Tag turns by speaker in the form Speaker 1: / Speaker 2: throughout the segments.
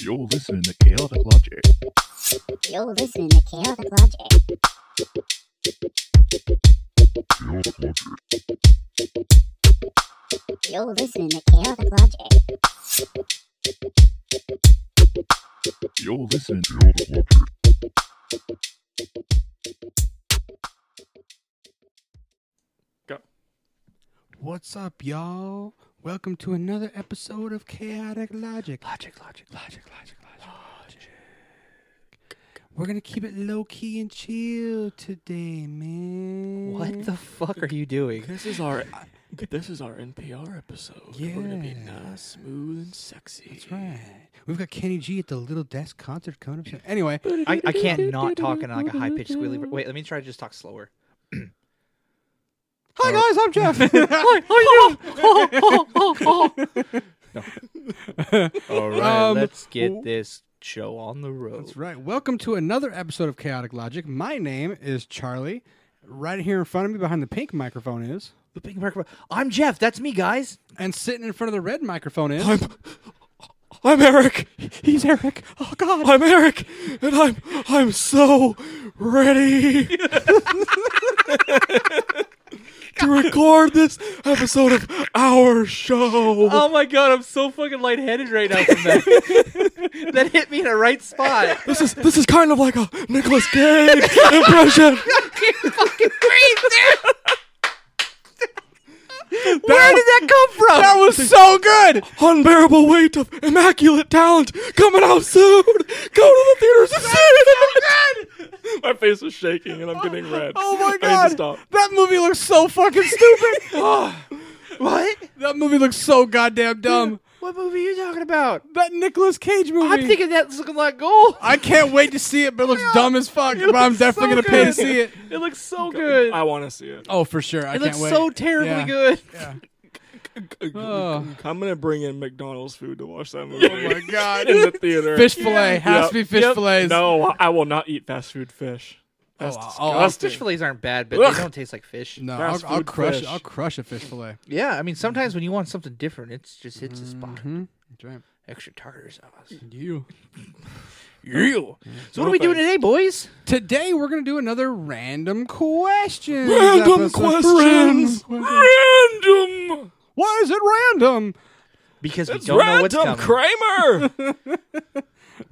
Speaker 1: You're listening to Chaotic Logic.
Speaker 2: You're listening to Chaotic Logic.
Speaker 1: Chaotic Logic.
Speaker 2: You're listening to Chaotic Logic.
Speaker 1: You're listening to Chaotic Logic.
Speaker 3: What's up, y'all? Welcome to another episode of Chaotic Logic. Logic, logic, logic, logic, logic. logic. We're gonna keep it low key and chill today, man.
Speaker 4: What the fuck are you doing?
Speaker 5: This is our this is our NPR episode. We're gonna be
Speaker 3: Yeah.
Speaker 5: nice, smooth, and sexy.
Speaker 3: That's right. We've got Kenny G at the Little Desk concert coming up soon. Anyway,
Speaker 4: I, I can't not talk in like a high pitched squealy. Wait, let me try to just talk slower.
Speaker 3: hi guys, I'm Jeff.
Speaker 4: All right,
Speaker 3: Um,
Speaker 4: let's
Speaker 3: w-
Speaker 4: get this show on the road.
Speaker 3: That's right. Welcome to another episode of Chaotic Logic. My name is Charlie. Right here in front of me, behind the pink microphone is,
Speaker 4: The big microphone. I'm Jeff. That's me, guys.
Speaker 3: and sitting in front of the red microphone is.
Speaker 5: I'm I'm Eric.
Speaker 3: He's Eric. Oh God.
Speaker 5: I'm Eric, and I'm I'm so ready to record this episode of our show.
Speaker 4: Oh my god, I'm so fucking lightheaded right now from that. that hit me in the right spot.
Speaker 5: this is this is kind of like a Nicolas Cage impression.
Speaker 4: fucking dude. Where did that come from?
Speaker 3: That was so good.
Speaker 5: Unbearable weight of immaculate talent coming out soon. Go to the theaters and see it. My face is shaking and I'm getting red.
Speaker 3: Oh my
Speaker 5: I need
Speaker 3: god.
Speaker 5: to stop. Ah.
Speaker 3: That movie looks so fucking stupid.
Speaker 4: what?
Speaker 3: that movie looks so goddamn dumb.
Speaker 4: What movie are you talking about?
Speaker 3: That Nicolas Cage movie.
Speaker 4: I'm thinking that's looking like gold.
Speaker 3: I can't wait to see it, but it looks dumb as fuck. But I'm definitely gonna pay to see it.
Speaker 4: It looks so good.
Speaker 5: I want to see it.
Speaker 3: Oh, for sure. I
Speaker 4: It
Speaker 3: can't
Speaker 4: looks
Speaker 3: wait.
Speaker 4: so terribly
Speaker 3: Yeah.
Speaker 4: good.
Speaker 3: Oh.
Speaker 5: I'm gonna bring in McDonald's food to watch that movie. Oh my
Speaker 3: God.
Speaker 5: In the theater.
Speaker 3: Fish fillet has
Speaker 5: Yep.
Speaker 3: to be fish
Speaker 4: Yep.
Speaker 3: fillets.
Speaker 5: No, I will not eat fast food fish. That's
Speaker 3: Oh, oh, oh,
Speaker 5: disgusting.
Speaker 4: Fish fillets aren't bad, but
Speaker 5: Ugh.
Speaker 4: they don't taste like fish.
Speaker 3: No, I'll,
Speaker 5: Fast
Speaker 3: I'll
Speaker 5: food
Speaker 3: crush.
Speaker 5: fish.
Speaker 3: I'll crush a fish fillet.
Speaker 4: Yeah, I mean sometimes when you want something different, it just hits a spot.
Speaker 3: Hmm? That's right.
Speaker 4: Extra tartar sauce.
Speaker 3: You.
Speaker 4: Ew. So what are we doing today, boys?
Speaker 3: Today we're gonna do another random question.
Speaker 5: Random questions. Random.
Speaker 3: Why is it random?
Speaker 4: Because we
Speaker 5: It's
Speaker 4: don't know what's
Speaker 5: random,
Speaker 4: coming.
Speaker 5: Kramer.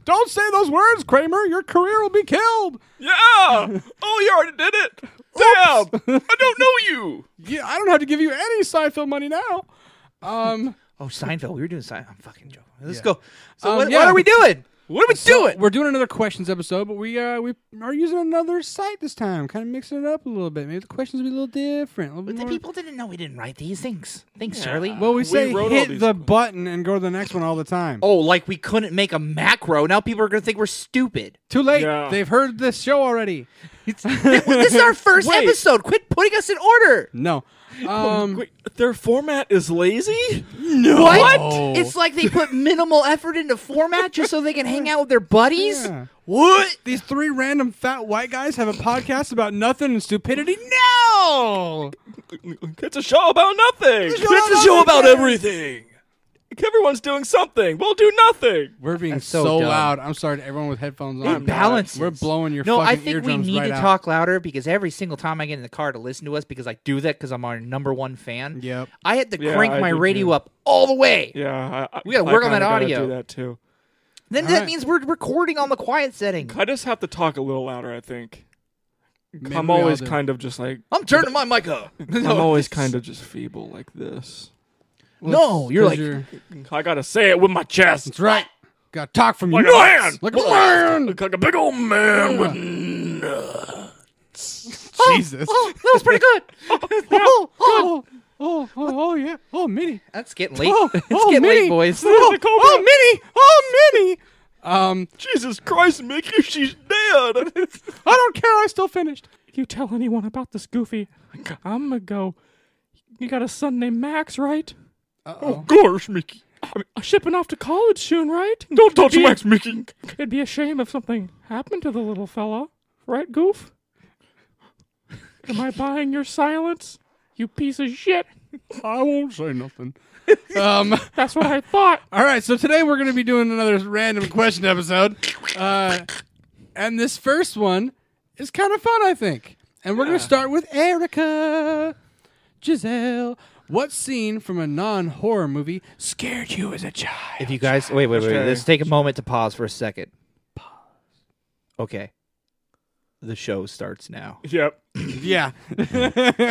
Speaker 3: Don't say those words, Kramer. Your career will be killed.
Speaker 5: yeah. Oh, you already did it. Damn. I don't know you.
Speaker 3: Yeah, I don't have to give you any Seinfeld money now. Um,
Speaker 4: oh, Seinfeld. We were doing Seinfeld. I'm fucking joking. Let's
Speaker 3: Yeah.
Speaker 4: go. So
Speaker 3: Um,
Speaker 4: what,
Speaker 3: yeah.
Speaker 4: what are we doing? What are we doing?
Speaker 3: we're doing another questions episode, but we uh we are using another site this time, kind of mixing it up a little bit. Maybe the questions will be a little different. A little
Speaker 4: But
Speaker 3: bit
Speaker 4: the
Speaker 3: more...
Speaker 4: people didn't know we didn't write these things. Thanks, Charlie.
Speaker 3: Well, we say
Speaker 5: wrote all
Speaker 3: hit the
Speaker 5: these questions.
Speaker 3: button and go to the next one all the time.
Speaker 4: oh, like we couldn't make a macro. Now people are gonna think we're stupid.
Speaker 3: Too late.
Speaker 5: Yeah.
Speaker 3: They've heard this show already.
Speaker 4: this is our first
Speaker 5: Wait.
Speaker 4: episode. Quit putting us in order.
Speaker 3: No.
Speaker 5: Oh,
Speaker 3: Um,
Speaker 5: Wait, their format is lazy.
Speaker 4: No. It's like they put minimal effort into format just so they can hang out with their buddies.
Speaker 3: yeah.
Speaker 4: What?
Speaker 3: These three random fat white guys have a podcast about nothing and stupidity. No.
Speaker 5: It's a show about nothing. It's
Speaker 3: about
Speaker 5: a show about
Speaker 3: nothing.
Speaker 5: everything. Everyone's doing something. We'll do nothing.
Speaker 3: We're being
Speaker 4: That's
Speaker 3: so,
Speaker 4: so dumb.
Speaker 3: loud. I'm sorry to everyone with headphones on.
Speaker 4: It balances.
Speaker 3: We're blowing your
Speaker 4: no,
Speaker 3: fucking
Speaker 4: I think we
Speaker 3: eardrums
Speaker 4: need
Speaker 3: right
Speaker 4: to
Speaker 3: out.
Speaker 4: talk louder because every single time I get in the car to listen to us, because I do that because I'm our number one fan.
Speaker 3: Yep.
Speaker 4: I had to
Speaker 5: Yeah,
Speaker 4: crank
Speaker 5: I
Speaker 4: my
Speaker 5: do
Speaker 4: radio
Speaker 5: too.
Speaker 4: up all the way.
Speaker 5: Yeah, I, I-
Speaker 4: We gotta
Speaker 5: I
Speaker 4: work on that
Speaker 5: kinda gotta
Speaker 4: audio.
Speaker 5: Do that too.
Speaker 4: Then
Speaker 3: All
Speaker 4: that
Speaker 3: right.
Speaker 4: means we're recording on the quiet setting.
Speaker 5: I just have to talk a little louder. I think
Speaker 3: Maybe
Speaker 5: I'm
Speaker 3: we all
Speaker 5: always
Speaker 3: do.
Speaker 5: kind of just like
Speaker 4: I'm turning my mic up.
Speaker 5: I'm always kind of just feeble like this.
Speaker 4: No, you're
Speaker 3: 'cause
Speaker 4: like-
Speaker 5: I gotta say it with my chest,
Speaker 3: That's right. Got to talk from
Speaker 5: like
Speaker 3: your
Speaker 5: a
Speaker 3: nuts.
Speaker 5: man,
Speaker 3: Like a man.
Speaker 5: like a big old man with
Speaker 3: Jesus.
Speaker 4: Oh, that was pretty good.
Speaker 3: Oh, oh, oh, oh, oh, yeah. Oh, Minnie.
Speaker 4: That's getting late.
Speaker 3: Oh,
Speaker 4: it's
Speaker 3: oh,
Speaker 4: getting
Speaker 3: Minnie.
Speaker 4: late, boys.
Speaker 3: Oh, oh, Minnie. Oh, Minnie. Um,
Speaker 5: Jesus Christ, Mickey, she's dead.
Speaker 3: I don't care. I still finished.
Speaker 6: you tell anyone about this goofy, I'm gonna go. You got a son named Max, right?
Speaker 3: Uh-oh.
Speaker 5: Gosh, Mickey,
Speaker 6: Shipping off to college soon, right?
Speaker 5: don't touch Max, Mickey.
Speaker 6: It'd be a shame if something happened to the little fella, right, Goof? Am I buying your silence, you piece of shit?
Speaker 3: I won't say nothing. Um,
Speaker 6: That's what I thought.
Speaker 3: all right, so today we're going to be doing another random question episode. Uh, and this first one is kind of fun, I think. And we're going to start with Erica. Giselle, what scene from a non horror movie scared you as a child?
Speaker 4: If you guys wait, wait, wait,
Speaker 5: Okay.
Speaker 4: let's take a moment to pause for a second. Pause. Okay. The show starts now.
Speaker 5: Yep.
Speaker 3: Yeah.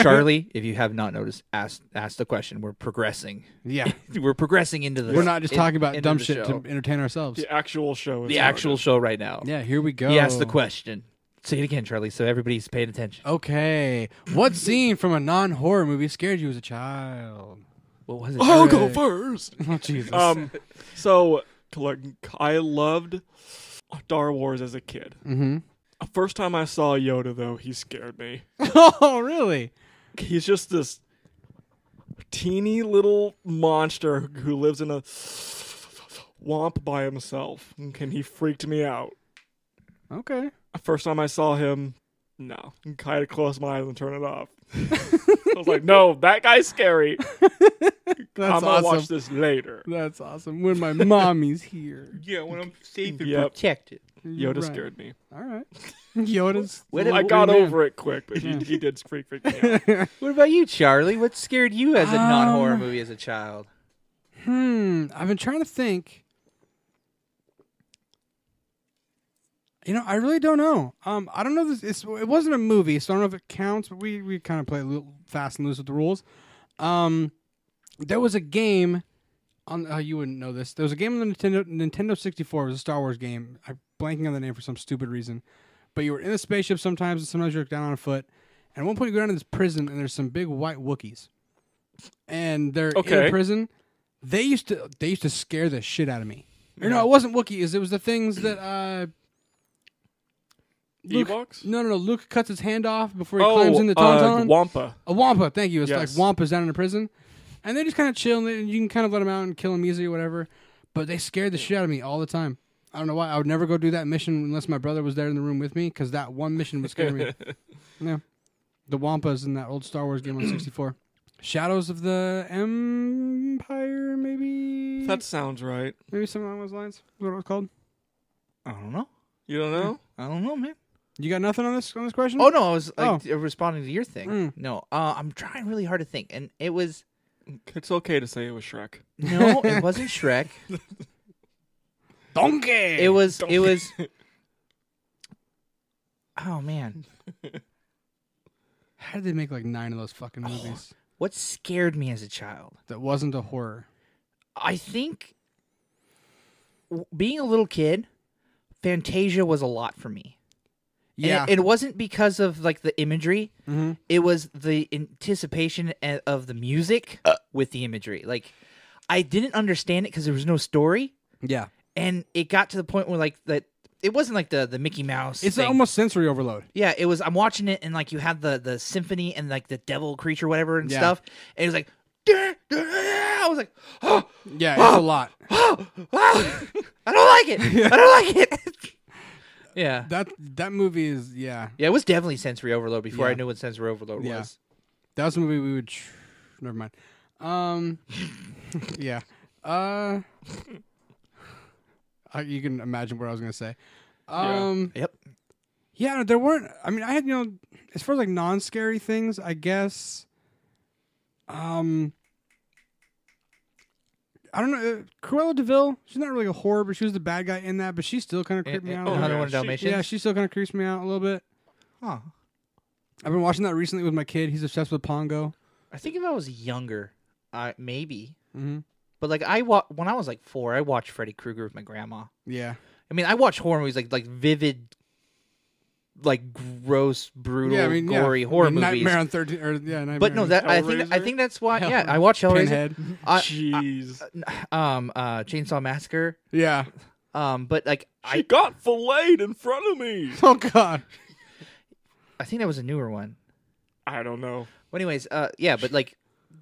Speaker 4: Charlie, if you have not noticed, ask ask the question. We're progressing.
Speaker 3: Yeah.
Speaker 4: We're progressing into the.
Speaker 3: We're not just
Speaker 4: in-
Speaker 3: talking about
Speaker 4: into
Speaker 3: dumb
Speaker 4: the
Speaker 3: shit
Speaker 4: show.
Speaker 3: to entertain ourselves.
Speaker 5: The actual show. Is
Speaker 4: the actual show right now.
Speaker 3: Yeah, here we go.
Speaker 4: He asked the question. Say it again, Charlie, so everybody's paying attention.
Speaker 3: Uh, Okay. What scene from a non horror movie scared you as a child?
Speaker 4: What
Speaker 3: oh,
Speaker 4: was it?
Speaker 5: I'll go
Speaker 3: Right.
Speaker 5: first.
Speaker 3: Oh, Jesus.
Speaker 5: Um, so like, I loved Star Wars as a kid.
Speaker 3: Mhm.
Speaker 5: First time I saw Yoda, though, he scared me.
Speaker 3: oh, really?
Speaker 5: He's just this teeny little monster who lives in a swamp by himself, and he freaked me out.
Speaker 3: Okay.
Speaker 5: First time I saw him, no, I kind of close my eyes and turn it off. I was like, no, that guy's scary.
Speaker 3: That's
Speaker 5: I'm gonna
Speaker 3: awesome.
Speaker 5: watch this later.
Speaker 3: That's awesome. When my mommy's here.
Speaker 6: Yeah, when I'm safe
Speaker 5: Yep,
Speaker 4: Protected.
Speaker 3: You're
Speaker 5: Yoda
Speaker 3: right.
Speaker 5: scared me.
Speaker 3: All right. Yoda's.
Speaker 4: What,
Speaker 5: I got over it quick, but he, he did freak, freak me out.
Speaker 4: what about you, Charlie? What scared you as a non-horror
Speaker 3: Um,
Speaker 4: movie as a child?
Speaker 3: Hmm. I've been trying to think. You know, I really don't know. Um, I don't know. This it's, it wasn't a movie, so I don't know if it counts. But we we kind of play a little fast and loose with the rules. Um, there was a game on. Uh, you wouldn't know this. There was a game on the Nintendo Nintendo sixty four. It was a Star Wars game. I'm blanking on the name for some stupid reason. But you were in a spaceship sometimes, and sometimes you were down on foot. And at one point, you go down to this prison, and there's some big white Wookiees, and they're in
Speaker 5: Okay.
Speaker 3: a prison. They used to they used to scare the shit out of me. Or no, it wasn't Wookiees. It was the things that uh, Luke-
Speaker 5: Ewoks?
Speaker 3: No, no, no. Luke cuts his hand off before he climbs
Speaker 5: Oh,
Speaker 3: in the
Speaker 5: uh,
Speaker 3: tauntaun.
Speaker 5: Wampa.
Speaker 3: a wampa. Thank you. It's
Speaker 5: Yes.
Speaker 3: like wampas down in a prison, and they just kind of chill. And they- you can kind of let them out and kill them easy or whatever. But they scared the shit out of me all the time. I don't know why. I would never go do that mission unless my brother was there in the room with me because that one mission would scare me. Yeah, the wampas in that old Star Wars game on sixty four. Shadows of the Empire, maybe.
Speaker 5: That sounds right.
Speaker 3: maybe something along those lines. Is what it was called.
Speaker 4: I don't know.
Speaker 5: You don't know?
Speaker 4: I don't know, man.
Speaker 3: You got nothing on this on this question?
Speaker 4: Oh no, I was
Speaker 3: Oh.
Speaker 4: like uh responding to your thing.
Speaker 3: Mm.
Speaker 4: No, uh, I'm trying really hard to think, and it was
Speaker 5: It's okay to say it was Shrek.
Speaker 4: no, it wasn't Shrek.
Speaker 3: donkey!
Speaker 4: It was
Speaker 5: Don't-
Speaker 4: it was. Oh man,
Speaker 3: How did they make like nine of those fucking movies?
Speaker 4: what scared me as a child?
Speaker 3: That wasn't a horror.
Speaker 4: I think w- being a little kid, Fantasia was a lot for me. And it- it, wasn't because of like the imagery.
Speaker 3: Mhm.
Speaker 4: It was the anticipation a- of the music
Speaker 3: Uh.
Speaker 4: with the imagery. Like I didn't understand it because there was no story,
Speaker 3: yeah.
Speaker 4: and it got to the point where like that it wasn't like the the Mickey Mouse.
Speaker 3: It's
Speaker 4: thing.
Speaker 3: almost sensory overload.
Speaker 4: Yeah, it was. I'm watching it, and like you had the the symphony and like the devil creature, whatever, and
Speaker 3: Yeah.
Speaker 4: stuff. And it was like, I was like, oh,
Speaker 3: Yeah, it's a lot.
Speaker 4: oh, oh, I don't like it. I don't like it. yeah,
Speaker 3: That that movie is yeah.
Speaker 4: yeah, it was definitely sensory overload before I
Speaker 3: Yeah.
Speaker 4: knew what sensory overload
Speaker 3: Yeah.
Speaker 4: was.
Speaker 3: That was a movie we would. Tr- Never mind. Um, yeah. Uh, I, you can imagine what I was gonna say. Um,
Speaker 4: Yep.
Speaker 3: yeah. There weren't. I mean, I had you know, as far as like non-scary things, I guess. Um. I don't know. Uh, Cruella Deville. She's not really a horror, but she was the bad guy in that. But she still kind of
Speaker 4: Eh,
Speaker 3: creeped me out. a
Speaker 5: oh,
Speaker 3: little bit.
Speaker 4: 101
Speaker 5: she-
Speaker 4: Dalmatians.
Speaker 3: yeah, she still kind of creeps me out a little bit.
Speaker 4: Huh.
Speaker 3: I've been watching that recently with my kid. He's obsessed with Pongo.
Speaker 4: I think if I was younger, I maybe.
Speaker 3: Mm-hmm.
Speaker 4: But like I wa- when I was like four, I watched Freddy Krueger with my grandma.
Speaker 3: Yeah.
Speaker 4: I mean, I watch horror movies like like vivid, like gross, brutal,
Speaker 3: yeah, I mean, yeah.
Speaker 4: gory horror
Speaker 3: I mean,
Speaker 4: movies.
Speaker 3: Nightmare on 13 or yeah, Nightmare.
Speaker 4: But no,
Speaker 3: on-
Speaker 4: that I think I
Speaker 5: Hellraiser?
Speaker 4: think that's why. Yeah,
Speaker 3: Hell-
Speaker 4: I watch Hellraiser.
Speaker 3: Pinhead.
Speaker 4: I,
Speaker 5: Jeez.
Speaker 4: um, uh, Chainsaw Massacre.
Speaker 3: Yeah.
Speaker 4: Um, but like
Speaker 5: she
Speaker 4: I,
Speaker 5: got filleted in front of me.
Speaker 3: Oh god.
Speaker 4: I think that was a newer one.
Speaker 5: I don't know.
Speaker 4: Well, anyways, uh, yeah, but like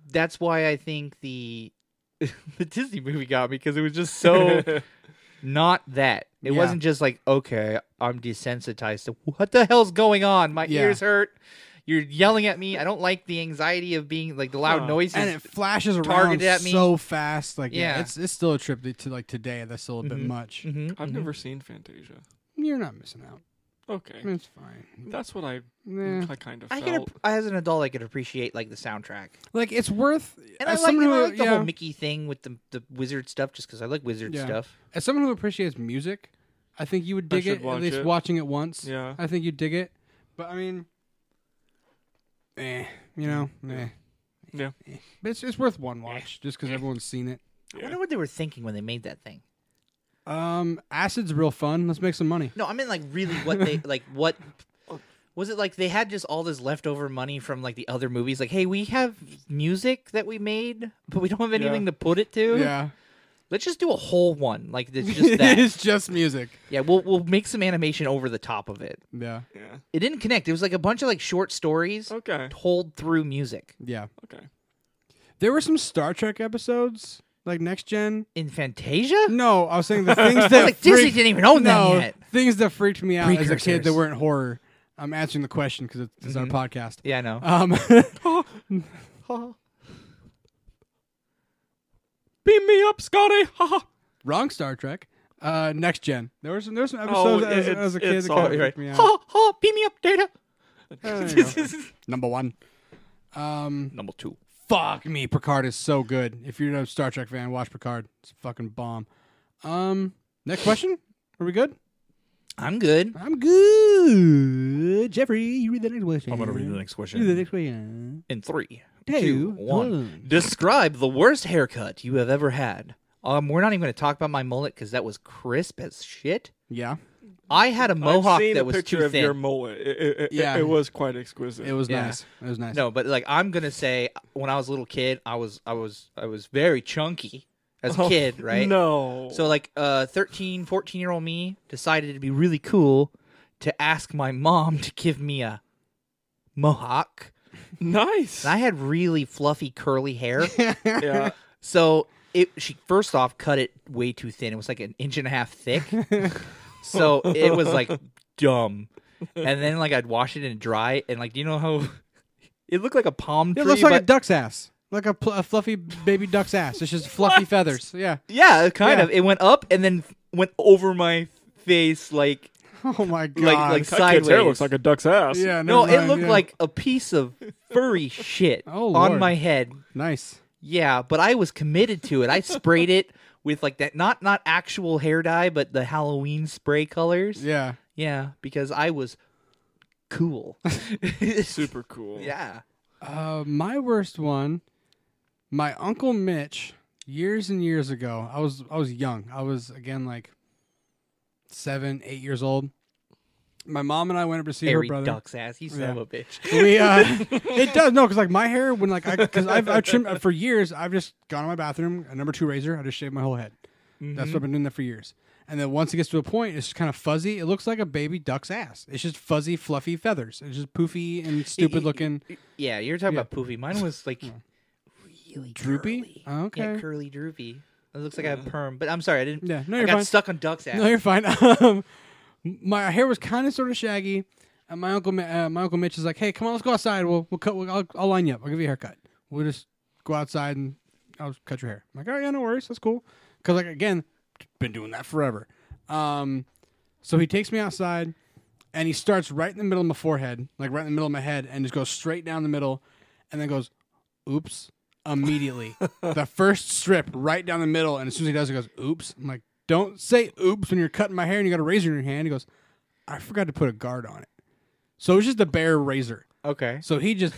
Speaker 4: that's why I think the the Disney movie got me because it was just so not that. It
Speaker 3: Yeah.
Speaker 4: wasn't just like okay, I'm desensitized to what the hell's going on. My
Speaker 3: Yeah.
Speaker 4: ears hurt. You're yelling at me. I don't like the anxiety of being like the loud
Speaker 5: Huh.
Speaker 4: noises.
Speaker 3: and it flashes around
Speaker 4: targeted at me.
Speaker 3: so fast. Like yeah,
Speaker 4: Yeah.
Speaker 3: it's it's still a trip to, to, like today. That's still a bit
Speaker 4: Mhm.
Speaker 3: much.
Speaker 4: Mhm,
Speaker 5: I've
Speaker 4: mhm.
Speaker 5: never seen Fantasia.
Speaker 3: You're not missing out.
Speaker 5: Okay,
Speaker 3: It's fine.
Speaker 5: that's what I,
Speaker 4: Mm-hmm.
Speaker 3: Nah.
Speaker 5: I kind of
Speaker 4: I
Speaker 5: felt.
Speaker 4: can, app- as an adult, I could appreciate like the soundtrack,
Speaker 3: Like it's worth.
Speaker 4: and
Speaker 3: as
Speaker 4: I like,
Speaker 3: someone
Speaker 4: and I
Speaker 3: who-
Speaker 4: like the
Speaker 3: yeah.
Speaker 4: whole Mickey thing with the the wizard stuff, just because I like wizard
Speaker 3: Yeah.
Speaker 4: stuff.
Speaker 3: As someone who appreciates music, I think you would
Speaker 5: I
Speaker 3: dig
Speaker 5: should
Speaker 3: it
Speaker 5: watch
Speaker 3: at least
Speaker 5: it.
Speaker 3: watching it once.
Speaker 5: Yeah.
Speaker 3: I think you would dig it, but I mean, eh, you know, eh.
Speaker 5: Yeah.
Speaker 3: Eh. But it's, it's worth one watch just
Speaker 4: Eh.
Speaker 3: because everyone's seen it.
Speaker 5: Yeah.
Speaker 4: I wonder what they were thinking when they made that thing.
Speaker 3: Um, acid's real fun. Let's make some money.
Speaker 4: No, I mean like really what they like what was it like they had just all this leftover money from like the other movies like hey we have music that we made but we don't have anything to put it to
Speaker 3: Yeah,
Speaker 4: let's just do a whole one like it's just that
Speaker 3: it's just music.
Speaker 4: yeah we'll we'll make some animation over the top of it
Speaker 3: Yeah,
Speaker 5: Yeah.
Speaker 4: it didn't connect it was like a bunch of like short stories
Speaker 5: Okay.
Speaker 4: told through music
Speaker 3: yeah.
Speaker 5: Okay.
Speaker 3: There were some Star Trek episodes, like Next Gen.
Speaker 4: in Fantasia
Speaker 3: No, I was saying the things that
Speaker 4: like Disney
Speaker 3: freaked-
Speaker 4: didn't even own that
Speaker 3: no,
Speaker 4: yet
Speaker 3: things that freaked me out as a kid that
Speaker 4: Precursors. Mm-hmm.
Speaker 3: weren't horror. I'm answering the question because it's, it's our podcast.
Speaker 4: yeah I know
Speaker 3: Um,
Speaker 6: Beam me up, Scotty. Ha ha.
Speaker 3: wrong Star Trek. Uh, Next Gen. There were some there were some episodes
Speaker 5: Oh, it-
Speaker 3: as,
Speaker 5: it's-
Speaker 3: as a kid
Speaker 5: it's
Speaker 3: that
Speaker 5: all-
Speaker 3: kind of
Speaker 5: you're
Speaker 3: freaked
Speaker 5: right.
Speaker 3: me out.
Speaker 4: ha ha beam me up data
Speaker 3: Uh, you know, number one. Um,
Speaker 4: number two
Speaker 3: fuck me. Picard is so good. If you're a Star Trek fan, watch Picard. It's a fucking bomb. Um, next question. Are we good?
Speaker 4: I'm good
Speaker 3: I'm good. Jeffrey, you read the next question.
Speaker 4: next
Speaker 3: Read the next question.
Speaker 4: in three,
Speaker 3: Two,
Speaker 4: two, one.
Speaker 3: one.
Speaker 4: Describe the worst haircut you have ever had. Um, we're not even going to talk about my mullet because that was crisp as shit.
Speaker 3: Yeah,
Speaker 4: I had a mohawk
Speaker 5: I've seen
Speaker 4: that
Speaker 5: a
Speaker 4: was
Speaker 5: picture
Speaker 4: too
Speaker 5: of
Speaker 4: thin.
Speaker 5: your mullet. It, it, it-
Speaker 3: Yeah.
Speaker 5: it was quite exquisite.
Speaker 3: it was
Speaker 4: Yeah.
Speaker 3: nice. It was nice.
Speaker 4: no, but like I'm gonna say, when I was a little kid, I was I was I was very chunky as a
Speaker 5: Oh,
Speaker 4: kid, right?
Speaker 5: No.
Speaker 4: So like uh 13, 14 year old me decided it'd be really cool to ask my mom to give me a mohawk.
Speaker 5: nice.
Speaker 4: And I had really fluffy curly hair.
Speaker 5: yeah.
Speaker 4: So it she first off cut it way too thin. It was like an inch and a half thick. so it was like dumb. And then like I'd wash it and dry it, and like do you know how it looked like a palm tree?
Speaker 3: It looks like a
Speaker 4: but-
Speaker 3: duck's ass, like a, pl- a fluffy baby duck's ass. It's just fluffy feathers. Yeah.
Speaker 4: yeah, kind
Speaker 3: Yeah.
Speaker 4: of. It went up and then went over my face like
Speaker 3: Oh my god.
Speaker 4: like like
Speaker 5: That kid's hair
Speaker 4: sideways.
Speaker 5: looks like a duck's ass.
Speaker 3: yeah.
Speaker 4: no,
Speaker 3: never
Speaker 4: it
Speaker 3: mind,
Speaker 4: looked
Speaker 3: yeah.
Speaker 4: like a piece of furry shit
Speaker 3: Oh, Lord.
Speaker 4: on my head.
Speaker 3: nice.
Speaker 4: Yeah, but I was committed to it. I sprayed it with like that not not actual hair dye, but the Halloween spray colors.
Speaker 3: Yeah.
Speaker 4: Yeah, because I was cool.
Speaker 5: Super cool.
Speaker 4: Yeah.
Speaker 3: Uh, my worst one, my uncle Mitch, years and years ago. I was I was young. I was again like seven, eight years old. My mom and I went up to see
Speaker 4: Hairy
Speaker 3: her brother.
Speaker 4: duck's ass. You son
Speaker 3: Yeah.
Speaker 4: of a bitch.
Speaker 3: we uh it does no because like my hair when like i because i've, I've trimmed uh, for years i've just gone to my bathroom a number two razor i just shave my whole head that's
Speaker 4: Mm-hmm.
Speaker 3: what i've been doing that for years and then once it gets to a point it's kind of fuzzy it looks like a baby duck's ass it's just fuzzy fluffy feathers it's just poofy and stupid looking
Speaker 4: Yeah, you were talking
Speaker 3: Yeah.
Speaker 4: about poofy. Mine was like really
Speaker 3: Droopy?
Speaker 4: curly.
Speaker 3: Oh, okay.
Speaker 4: Yeah, curly droopy. It looks like I have perm, but I'm sorry, I didn't.
Speaker 3: Yeah, no,
Speaker 4: I
Speaker 3: you're
Speaker 4: got
Speaker 3: fine.
Speaker 4: stuck on duck's ass.
Speaker 3: no you're fine um my hair was kind of sort of shaggy and my uncle Mi- uh, my uncle mitch is like hey come on let's go outside we'll we'll cut we'll, I'll, I'll line you up i'll give you a haircut we'll just go outside and I'll just cut your hair. I'm like, oh yeah, no worries, that's cool. Because like again, been doing that forever. Um, so he takes me outside, and he starts right in the middle of my forehead, like right in the middle of my head, and just goes straight down the middle, and then goes, oops, immediately. the first strip right down the middle, and as soon as he does, he goes, oops. I'm like, don't say oops when you're cutting my hair and you got a razor in your hand. He goes, I forgot to put a guard on it. So it was just the bare razor.
Speaker 4: Okay.
Speaker 3: So he just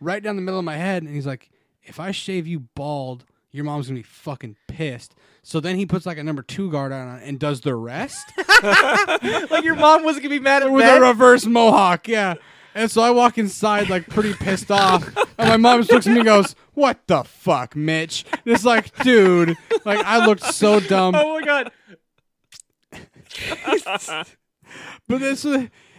Speaker 3: right down the middle of my head, and he's like, "If I shave you bald, your mom's gonna be fucking pissed." So then he puts like a number two guard on it and does the rest
Speaker 4: like your mom wasn't gonna be mad at
Speaker 3: with
Speaker 4: that.
Speaker 3: a reverse mohawk. Yeah. And so I walk inside like pretty pissed off, and my mom just looks at me and goes, "What the fuck, Mitch?" And it's like, dude, like I looked so dumb.
Speaker 6: Oh my god.
Speaker 3: But this,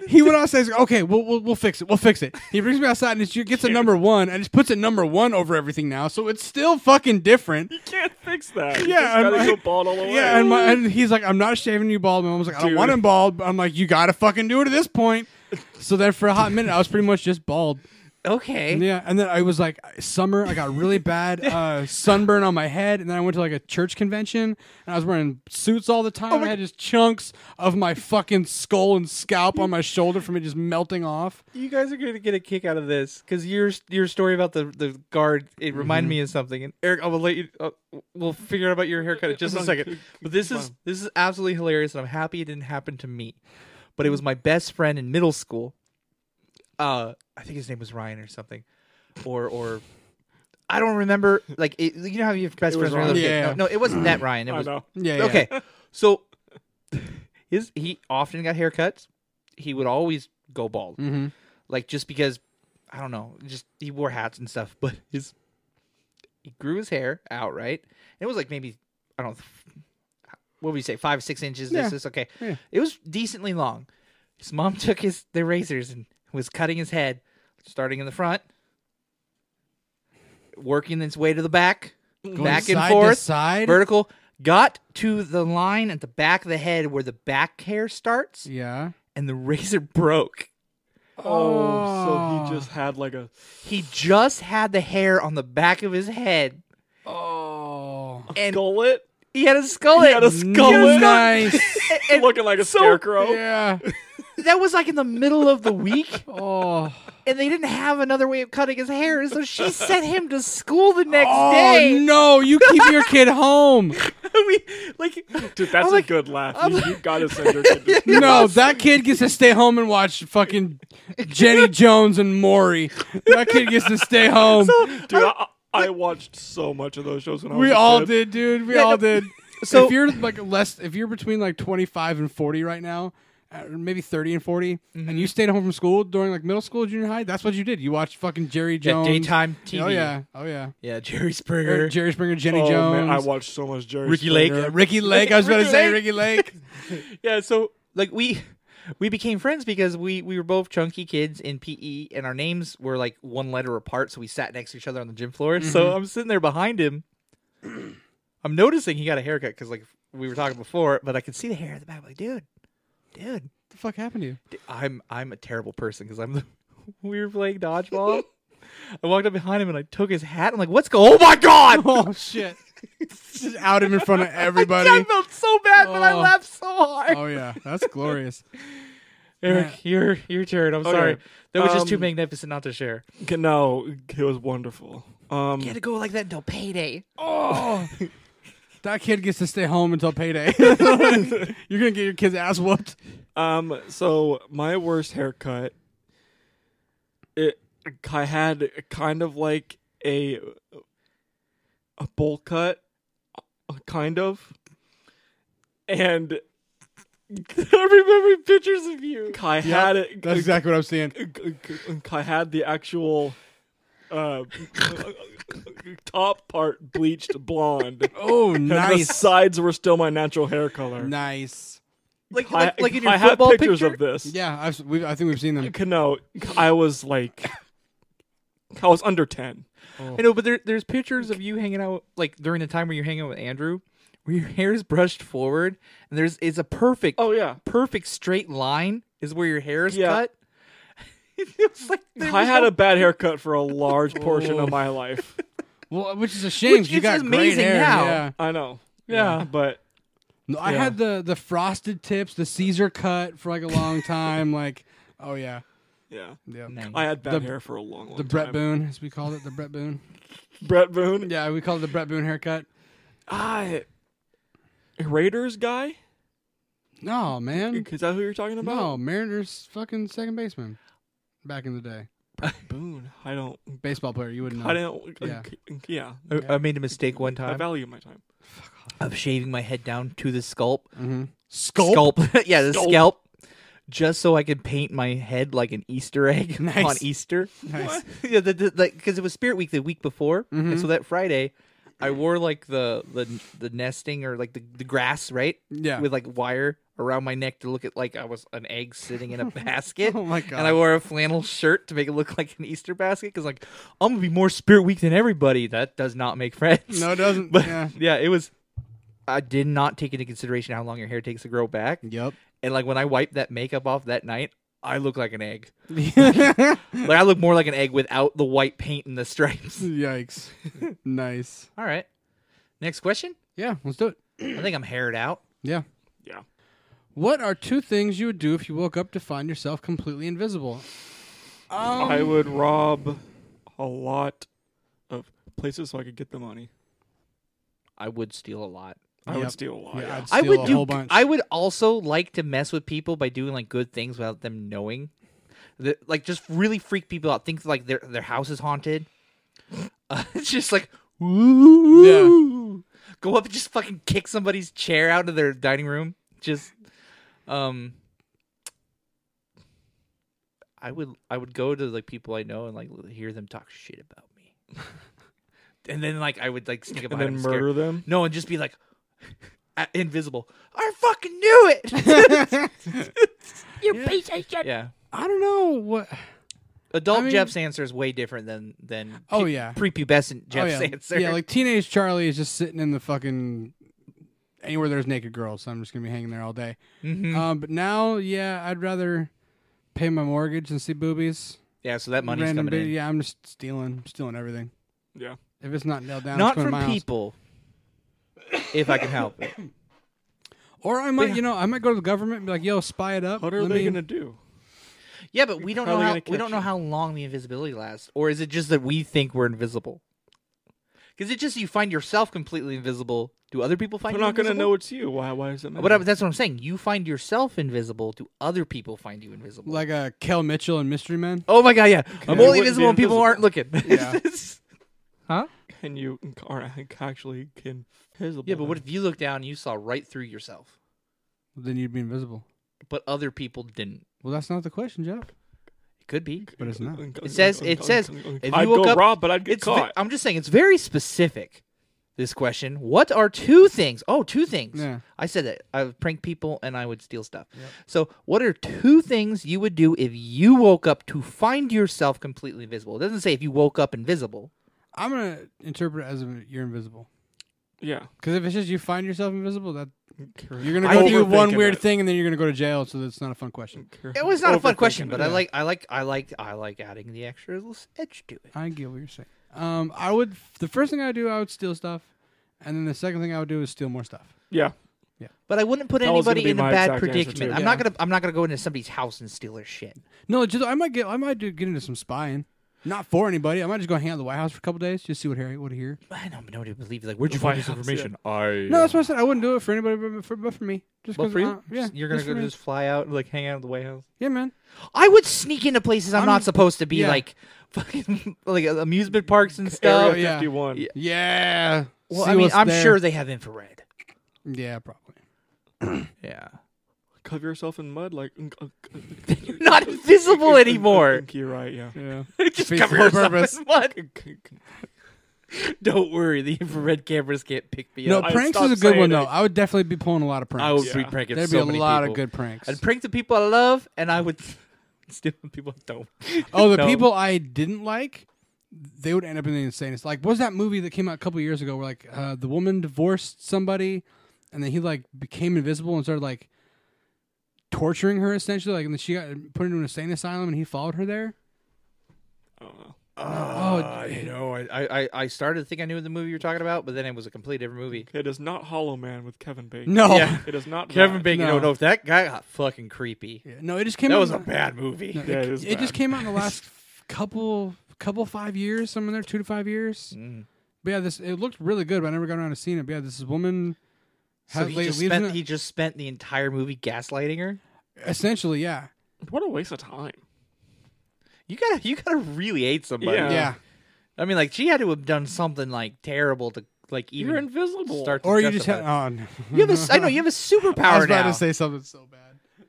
Speaker 3: he went outside. He's like, okay, we'll, we'll we'll fix it. We'll fix it. He brings me outside and it gets a number one and just puts a number one over everything now. So it's still fucking different.
Speaker 5: Can't fix that. You
Speaker 3: Yeah,
Speaker 5: just
Speaker 3: and
Speaker 5: gotta
Speaker 3: my-
Speaker 5: go bald all the way.
Speaker 3: Yeah, and, my, and he's like, I'm not shaving you bald. My mom's like, I don't
Speaker 5: Dude.
Speaker 3: want him bald. But I'm like, you gotta fucking do it at this point. So then for a hot minute, I was pretty much just bald.
Speaker 4: Okay.
Speaker 3: Yeah, and then I was like summer. I got really bad uh, sunburn on my head, and then I went to like a church convention, and I was wearing suits all the time.
Speaker 4: Oh
Speaker 3: I had just chunks of my fucking skull and scalp on my shoulder from it just melting off.
Speaker 4: You guys are gonna get a kick out of this because your your story about the, the guard it reminded me of something. And Eric, I will let you. Uh, we'll figure out about your haircut in just a second. But this is this is absolutely hilarious, and I'm happy it didn't happen to me. But it was my best friend in middle school. Uh, I think his name was Ryan or something, or or I don't remember. Like it, you know how you have best
Speaker 5: was
Speaker 4: friends. when you're a little
Speaker 3: Ryan.
Speaker 4: kid?
Speaker 3: Yeah.
Speaker 4: No, no, it wasn't that Ryan. It
Speaker 5: I
Speaker 4: was
Speaker 5: know.
Speaker 3: Yeah. yeah.
Speaker 4: Okay. So his he often got haircuts. He would always go bald.
Speaker 3: Mhm.
Speaker 4: Like just because I don't know, just he wore hats and stuff, but his he grew his hair out, right? And it was like maybe I don't what would you say, five, six inches,
Speaker 3: Yeah.
Speaker 4: this, this, okay.
Speaker 3: Yeah.
Speaker 4: It was decently long. His mom took his the razors and was cutting his head, starting in the front, working its way to the back,
Speaker 3: Going
Speaker 4: back and
Speaker 3: side
Speaker 4: forth
Speaker 3: to side.
Speaker 4: vertical got to the line at the back of the head where the back hair starts
Speaker 3: yeah.
Speaker 4: and the razor broke
Speaker 5: Oh, so
Speaker 3: Oh.
Speaker 5: he just had like a.
Speaker 4: he just had the hair on the back of his head
Speaker 3: Oh.
Speaker 4: and
Speaker 5: Gullet?
Speaker 4: he had a skull
Speaker 5: He had a skullet.
Speaker 3: Nice.
Speaker 4: and
Speaker 5: Looking like a
Speaker 4: so-
Speaker 5: scarecrow.
Speaker 3: yeah.
Speaker 4: that was like in the middle of the week
Speaker 3: Oh.
Speaker 4: and they didn't have another way of cutting his hair so she sent him to school the next
Speaker 3: oh
Speaker 4: day
Speaker 3: no! You keep your kid home.
Speaker 4: We- like
Speaker 5: Dude, that's
Speaker 4: I'm
Speaker 5: a
Speaker 4: like-
Speaker 5: good laugh.
Speaker 4: I'm
Speaker 5: You,
Speaker 4: like-
Speaker 5: you gotta send your kid to
Speaker 3: No, that kid gets to stay home and watch fucking Jenny Jones and Maury. That kid gets to stay home.
Speaker 5: Dude, I, I watched so much of those shows when I was
Speaker 3: we
Speaker 5: a
Speaker 3: all
Speaker 5: kid.
Speaker 3: did, dude. We
Speaker 4: Yeah,
Speaker 3: all
Speaker 4: no,
Speaker 3: did. So
Speaker 4: so-
Speaker 3: if you're like less, if you're between like 25 and 40 right now, uh, maybe 30 and 40, and you stayed home from school during like middle school, junior high, that's what you did. You watched fucking Jerry
Speaker 4: Yeah,
Speaker 3: Jones.
Speaker 4: daytime TV.
Speaker 3: Oh yeah. Oh yeah.
Speaker 4: yeah, Jerry
Speaker 3: Or
Speaker 4: Springer,
Speaker 3: Jerry Springer, Jenny
Speaker 5: Oh,
Speaker 3: Jones,
Speaker 5: man, I watched so much Jerry.
Speaker 4: Ricky
Speaker 5: Springer.
Speaker 4: Lake.
Speaker 3: Yeah, Ricky Lake. I was about to
Speaker 4: Ricky
Speaker 3: say
Speaker 4: Lake.
Speaker 3: Ricky Lake.
Speaker 4: yeah so like we we became friends because we we were both chunky kids in pe and our names were like one letter apart so we sat next to each other on the gym floor
Speaker 3: Mm-hmm.
Speaker 4: so i'm sitting there behind him i'm noticing he got a haircut because like we were talking before but i could see the hair in the back I'm like dude dude
Speaker 3: What the fuck happened to you?
Speaker 4: d- i'm i'm a terrible person because i'm the we were playing dodgeball i walked up behind him and i took his hat i'm like what's going oh my god
Speaker 3: Oh shit. Just out him in front of
Speaker 4: i
Speaker 3: everybody.
Speaker 4: felt so bad but i
Speaker 3: Oh.
Speaker 4: laughed so hard
Speaker 3: Oh yeah, that's glorious.
Speaker 4: Eric, your your turn. I'm
Speaker 5: Okay.
Speaker 4: sorry. That was just too
Speaker 5: Um,
Speaker 4: magnificent not to share.
Speaker 5: K- No, it was wonderful. Um,
Speaker 4: to go like that until payday.
Speaker 3: Oh, that kid gets to stay home until payday. You're gonna get your kid's ass whooped.
Speaker 5: um, so my worst haircut, it I had kind of like a a bowl cut, uh, kind of, and
Speaker 4: I'm remembering pictures of you.
Speaker 5: I had it.
Speaker 3: That's exactly what I'm seeing.
Speaker 5: I had the actual uh, top part bleached blonde.
Speaker 3: Oh,
Speaker 5: And the
Speaker 3: nice,
Speaker 5: sides were still my natural hair color.
Speaker 3: nice.
Speaker 4: Like,
Speaker 5: I,
Speaker 4: like, like in your
Speaker 5: I have
Speaker 4: football
Speaker 5: pictures
Speaker 4: picture?
Speaker 5: of this.
Speaker 3: Yeah, I've, we've, I think we've seen them.
Speaker 5: C- No, I was like, I was under ten.
Speaker 4: I know, but there, there's pictures of you hanging out like during the time where you're hanging out with Andrew, where your hair is brushed forward, and there's it's a perfect,
Speaker 5: Oh, yeah,
Speaker 4: perfect straight line is where your hair is
Speaker 5: Yeah.
Speaker 4: cut. it was like there
Speaker 5: I
Speaker 4: was
Speaker 5: had
Speaker 4: no-
Speaker 5: a bad haircut for a large portion
Speaker 3: Oh.
Speaker 5: of my life.
Speaker 3: Well, which is a shame.
Speaker 4: Which
Speaker 3: 'cause you
Speaker 4: is
Speaker 3: got great
Speaker 4: amazing
Speaker 3: hair.
Speaker 4: now.
Speaker 3: Yeah.
Speaker 5: I know.
Speaker 4: Yeah.
Speaker 5: but
Speaker 3: No, I
Speaker 5: Yeah.
Speaker 3: had the the frosted tips, the Caesar cut for like a long time. like, oh yeah,
Speaker 5: yeah,
Speaker 3: yeah.
Speaker 4: No.
Speaker 5: I had bad
Speaker 3: The-
Speaker 5: hair for a long, long
Speaker 3: The
Speaker 5: time.
Speaker 3: Brett Boone, as we called it, the Brett Boone.
Speaker 5: Brett Boone.
Speaker 3: Yeah, we called it the Brett Boone haircut.
Speaker 5: I Raiders guy.
Speaker 3: No, man.
Speaker 5: Is that who you're talking about?
Speaker 3: Mm. No, Mariners fucking second baseman back in the day.
Speaker 5: Boone. I don't.
Speaker 3: Baseball player, you wouldn't know.
Speaker 5: I don't.
Speaker 3: Yeah.
Speaker 5: yeah.
Speaker 4: I- I made a mistake one
Speaker 5: I
Speaker 4: time
Speaker 5: value my time.
Speaker 4: of shaving my head down to the scalp,
Speaker 3: Mm-hmm.
Speaker 4: scalp, yeah, the
Speaker 5: Sculpt.
Speaker 4: scalp, just so I could paint my head like an Easter egg on
Speaker 3: Nice.
Speaker 4: Easter.
Speaker 3: Nice.
Speaker 4: yeah, the, the, like because it was Spirit Week the week before,
Speaker 3: Mhm.
Speaker 4: and so that Friday, I wore like the the the nesting or like the, the grass right
Speaker 3: Mm-hmm. Yeah.
Speaker 4: with like wire around my neck to look at like I was an egg sitting in a basket.
Speaker 3: oh my god.
Speaker 4: And I wore a flannel shirt to make it look like an Easter basket because, like, I'm gonna be more Spirit Week than everybody. That does not make friends.
Speaker 3: no, it doesn't.
Speaker 4: but
Speaker 3: yeah.
Speaker 4: yeah. it was. I did not take into consideration how long your hair takes to grow back,
Speaker 3: Yep.
Speaker 4: and like when I wiped that makeup off that night, I look like an egg. Like I look more like an egg without the white paint and the stripes.
Speaker 3: Yikes. nice.
Speaker 4: All right. Next question.
Speaker 3: Yeah, let's do it.
Speaker 4: I think I'm haired out.
Speaker 3: Yeah.
Speaker 5: Yeah.
Speaker 3: What are two things you would do if you woke up to find yourself completely invisible? Um,
Speaker 5: I would rob a lot of places so I could get the money.
Speaker 4: I would steal a lot.
Speaker 5: I
Speaker 3: Yep.
Speaker 5: would steal a lot.
Speaker 3: Yeah,
Speaker 5: Oh, yeah.
Speaker 3: I'd
Speaker 4: I
Speaker 3: steal
Speaker 4: would
Speaker 3: a
Speaker 4: do.
Speaker 3: whole bunch.
Speaker 4: I would also like to mess with people by doing like good things without them knowing. The- like just really freak people out. Think like their their house is haunted. Uh, it's just like ooh, go up and just fucking kick somebody's chair out of their dining room. Just um, I would I would go to like people I know and like hear them talk shit about me, and then like I would like sneak up
Speaker 5: And
Speaker 4: behind
Speaker 5: then
Speaker 4: them, scare-
Speaker 5: murder them.
Speaker 4: no, and just be like uh, invisible. I fucking knew it. you piece of shit. Yeah.
Speaker 3: I don't know what.
Speaker 4: Adult
Speaker 3: I mean-
Speaker 4: Jeff's answer is way different than than
Speaker 3: Oh,
Speaker 4: pre-
Speaker 3: yeah.
Speaker 4: prepubescent Jeff's
Speaker 3: oh, yeah.
Speaker 4: answer.
Speaker 3: Yeah, like teenage Charlie is just sitting in the fucking anywhere there's naked girls, so I'm just gonna be hanging there all day.
Speaker 4: Mhm.
Speaker 3: Um, but now, yeah, I'd rather pay my mortgage and see boobies.
Speaker 4: yeah. So that money's
Speaker 3: Random
Speaker 4: coming
Speaker 3: bit-
Speaker 4: in,
Speaker 3: Yeah, I'm just stealing, stealing everything.
Speaker 5: Yeah.
Speaker 3: If it's not nailed down,
Speaker 4: not
Speaker 3: it's going to my
Speaker 4: from
Speaker 3: house.
Speaker 4: people. If I can help it,
Speaker 3: Or I might, you know, I might go to the government and be like, "Yo, spy it up."
Speaker 5: What are
Speaker 3: Let
Speaker 5: they
Speaker 3: me-
Speaker 5: gonna do?
Speaker 4: yeah, but we don't know
Speaker 5: Probably
Speaker 4: how
Speaker 5: gonna
Speaker 4: we don't
Speaker 5: catch
Speaker 4: know
Speaker 5: you.
Speaker 4: how long the invisibility lasts, or is it just that we think we're invisible? Because it's just you find yourself completely invisible. Do other people find
Speaker 5: They're
Speaker 4: you
Speaker 5: not gonna
Speaker 4: invisible?
Speaker 5: know it's you. Why? Why is it?
Speaker 4: But I- that's what I'm saying. You find yourself invisible. Do other people find you invisible?
Speaker 3: Like a Kel Mitchell and Mystery Men.
Speaker 4: oh my god, yeah. I'm only
Speaker 5: They wouldn't
Speaker 4: invisible
Speaker 5: be
Speaker 4: when people
Speaker 5: invisible.
Speaker 4: aren't looking.
Speaker 3: Yeah.
Speaker 5: and you are actually invisible.
Speaker 4: yeah, but what if you look down and you saw right through yourself,
Speaker 3: Then you'd be invisible.
Speaker 4: but other people didn't?
Speaker 3: Well, that's not the question, Jeff.
Speaker 4: It could be.
Speaker 3: But it's not.
Speaker 4: It says. It says. If
Speaker 5: I'd
Speaker 4: you woke
Speaker 5: go
Speaker 4: up,
Speaker 5: rob, but I'd get
Speaker 4: it's ve-
Speaker 5: caught.
Speaker 4: I'm just saying it's very specific. This question: What are two things? Oh, two things.
Speaker 3: Yeah.
Speaker 4: I said that I would prank people and I would steal stuff. So, what are two things you would do if you woke up to find yourself completely invisible? It doesn't say if you woke up invisible.
Speaker 3: I'm gonna interpret it as a, you're invisible.
Speaker 5: yeah,
Speaker 3: Because if it's just you find yourself invisible, that you're
Speaker 5: I
Speaker 3: gonna go do
Speaker 5: overthinking
Speaker 3: one weird
Speaker 5: it.
Speaker 3: thing and then you're gonna go to jail. So that's not a fun question.
Speaker 4: It was not a fun question,
Speaker 5: Overthinking
Speaker 4: but
Speaker 5: it.
Speaker 4: I like, I like, I like, I like adding the extra little edge to it.
Speaker 3: I get what you're saying. Um, I would. The first thing I would do, I would steal stuff, and then the second thing I would do is steal more stuff.
Speaker 5: yeah.
Speaker 4: But I wouldn't put
Speaker 5: That was gonna
Speaker 4: anybody
Speaker 5: be
Speaker 4: in a
Speaker 5: my
Speaker 4: bad
Speaker 5: exact answer,
Speaker 4: predicament.
Speaker 5: too.
Speaker 4: I'm not
Speaker 3: Yeah.
Speaker 4: gonna, I'm not gonna go into somebody's house and steal their shit.
Speaker 3: No, just I might get. I might do, get into some spying. Not for anybody. I might just go hang out at the White House for a couple days, just see what Harry would hear.
Speaker 4: I don't know to believe. Like, where'd you
Speaker 5: The
Speaker 4: find
Speaker 5: White
Speaker 4: this
Speaker 5: House,
Speaker 4: information? I
Speaker 3: No, that's what I said. I wouldn't do it for anybody but for, but for me. Just
Speaker 4: Well,
Speaker 3: 'cause
Speaker 4: for
Speaker 3: I
Speaker 4: you,
Speaker 3: don't- yeah,
Speaker 4: you're gonna
Speaker 3: just
Speaker 4: go
Speaker 3: for me.
Speaker 4: just fly out and like hang out at the White House.
Speaker 3: Yeah, man.
Speaker 4: I would sneak into places I'm,
Speaker 3: I'm-
Speaker 4: not supposed to be,
Speaker 3: yeah.
Speaker 4: like fucking like amusement parks and stuff.
Speaker 5: Area
Speaker 3: yeah.
Speaker 5: 51.
Speaker 4: Oh, Yeah.
Speaker 3: Yeah.
Speaker 4: Well,
Speaker 3: See
Speaker 4: I mean,
Speaker 3: what's
Speaker 4: I'm
Speaker 3: there.
Speaker 4: sure they have infrared.
Speaker 3: Yeah, probably.
Speaker 4: Yeah,
Speaker 5: Cover yourself in mud, like
Speaker 4: you're not invisible anymore.
Speaker 5: You're right. Yeah.
Speaker 3: Yeah.
Speaker 4: just
Speaker 3: Defeats
Speaker 4: cover
Speaker 3: the whole
Speaker 4: yourself
Speaker 3: purpose.
Speaker 4: in mud. Don't worry, the infrared cameras can't pick me
Speaker 3: No,
Speaker 4: up.
Speaker 5: I
Speaker 3: pranks is
Speaker 5: stopped
Speaker 3: a good one
Speaker 5: saying
Speaker 3: though.
Speaker 5: it.
Speaker 3: I would definitely be pulling a lot of pranks.
Speaker 4: I would
Speaker 5: Yeah.
Speaker 4: be pranking
Speaker 3: There'd
Speaker 4: so
Speaker 3: be a
Speaker 4: many
Speaker 3: lot
Speaker 4: people.
Speaker 3: of good pranks.
Speaker 4: I'd prank the people I love, and I would steal the people I don't.
Speaker 3: oh, the
Speaker 4: No.
Speaker 3: people I didn't like, they would end up in the insane. It's like what was that movie that came out a couple years ago where like uh, the woman divorced somebody, and then he like became invisible and started like torturing her essentially. Like and then she got put into an insane asylum and he followed her there.
Speaker 5: I don't know.
Speaker 3: Uh,
Speaker 4: Oh, I know. I, I I- I started to think I knew the movie you were talking about, but then it was a completely different movie.
Speaker 5: It is not Hollow Man with Kevin Bacon.
Speaker 3: No.
Speaker 4: Yeah.
Speaker 5: It is not
Speaker 4: Kevin
Speaker 5: that.
Speaker 4: Bacon.
Speaker 3: No.
Speaker 4: Don't know if that guy got fucking creepy.
Speaker 3: Yeah, No, it just came.
Speaker 4: That
Speaker 3: out
Speaker 4: was a
Speaker 3: in the-
Speaker 4: bad movie.
Speaker 3: no,
Speaker 5: Yeah,
Speaker 3: it,
Speaker 5: it is
Speaker 3: it just
Speaker 5: bad.
Speaker 3: came out in the last couple couple five years, somewhere in there, two to five years.
Speaker 4: Mm.
Speaker 3: But yeah, this it looked really good, but I never got around to seeing it. But yeah, this woman
Speaker 4: So
Speaker 3: had-
Speaker 4: he
Speaker 3: like,
Speaker 4: just,
Speaker 3: leaves
Speaker 4: spent,
Speaker 3: in a-
Speaker 4: he just spent the entire movie gaslighting her.
Speaker 3: essentially, yeah,
Speaker 5: What a waste of time.
Speaker 4: You gotta you gotta really hate somebody.
Speaker 5: Yeah.
Speaker 3: yeah.
Speaker 4: I mean, like she had to have done something like terrible to like even
Speaker 5: You're invisible.
Speaker 4: start. To
Speaker 3: Or you just
Speaker 4: justify
Speaker 3: had.
Speaker 4: it.
Speaker 3: Oh, no.
Speaker 4: you have a s- I know you have
Speaker 3: I
Speaker 4: a
Speaker 3: was
Speaker 4: superpower
Speaker 3: about
Speaker 4: now.
Speaker 3: to say something so bad.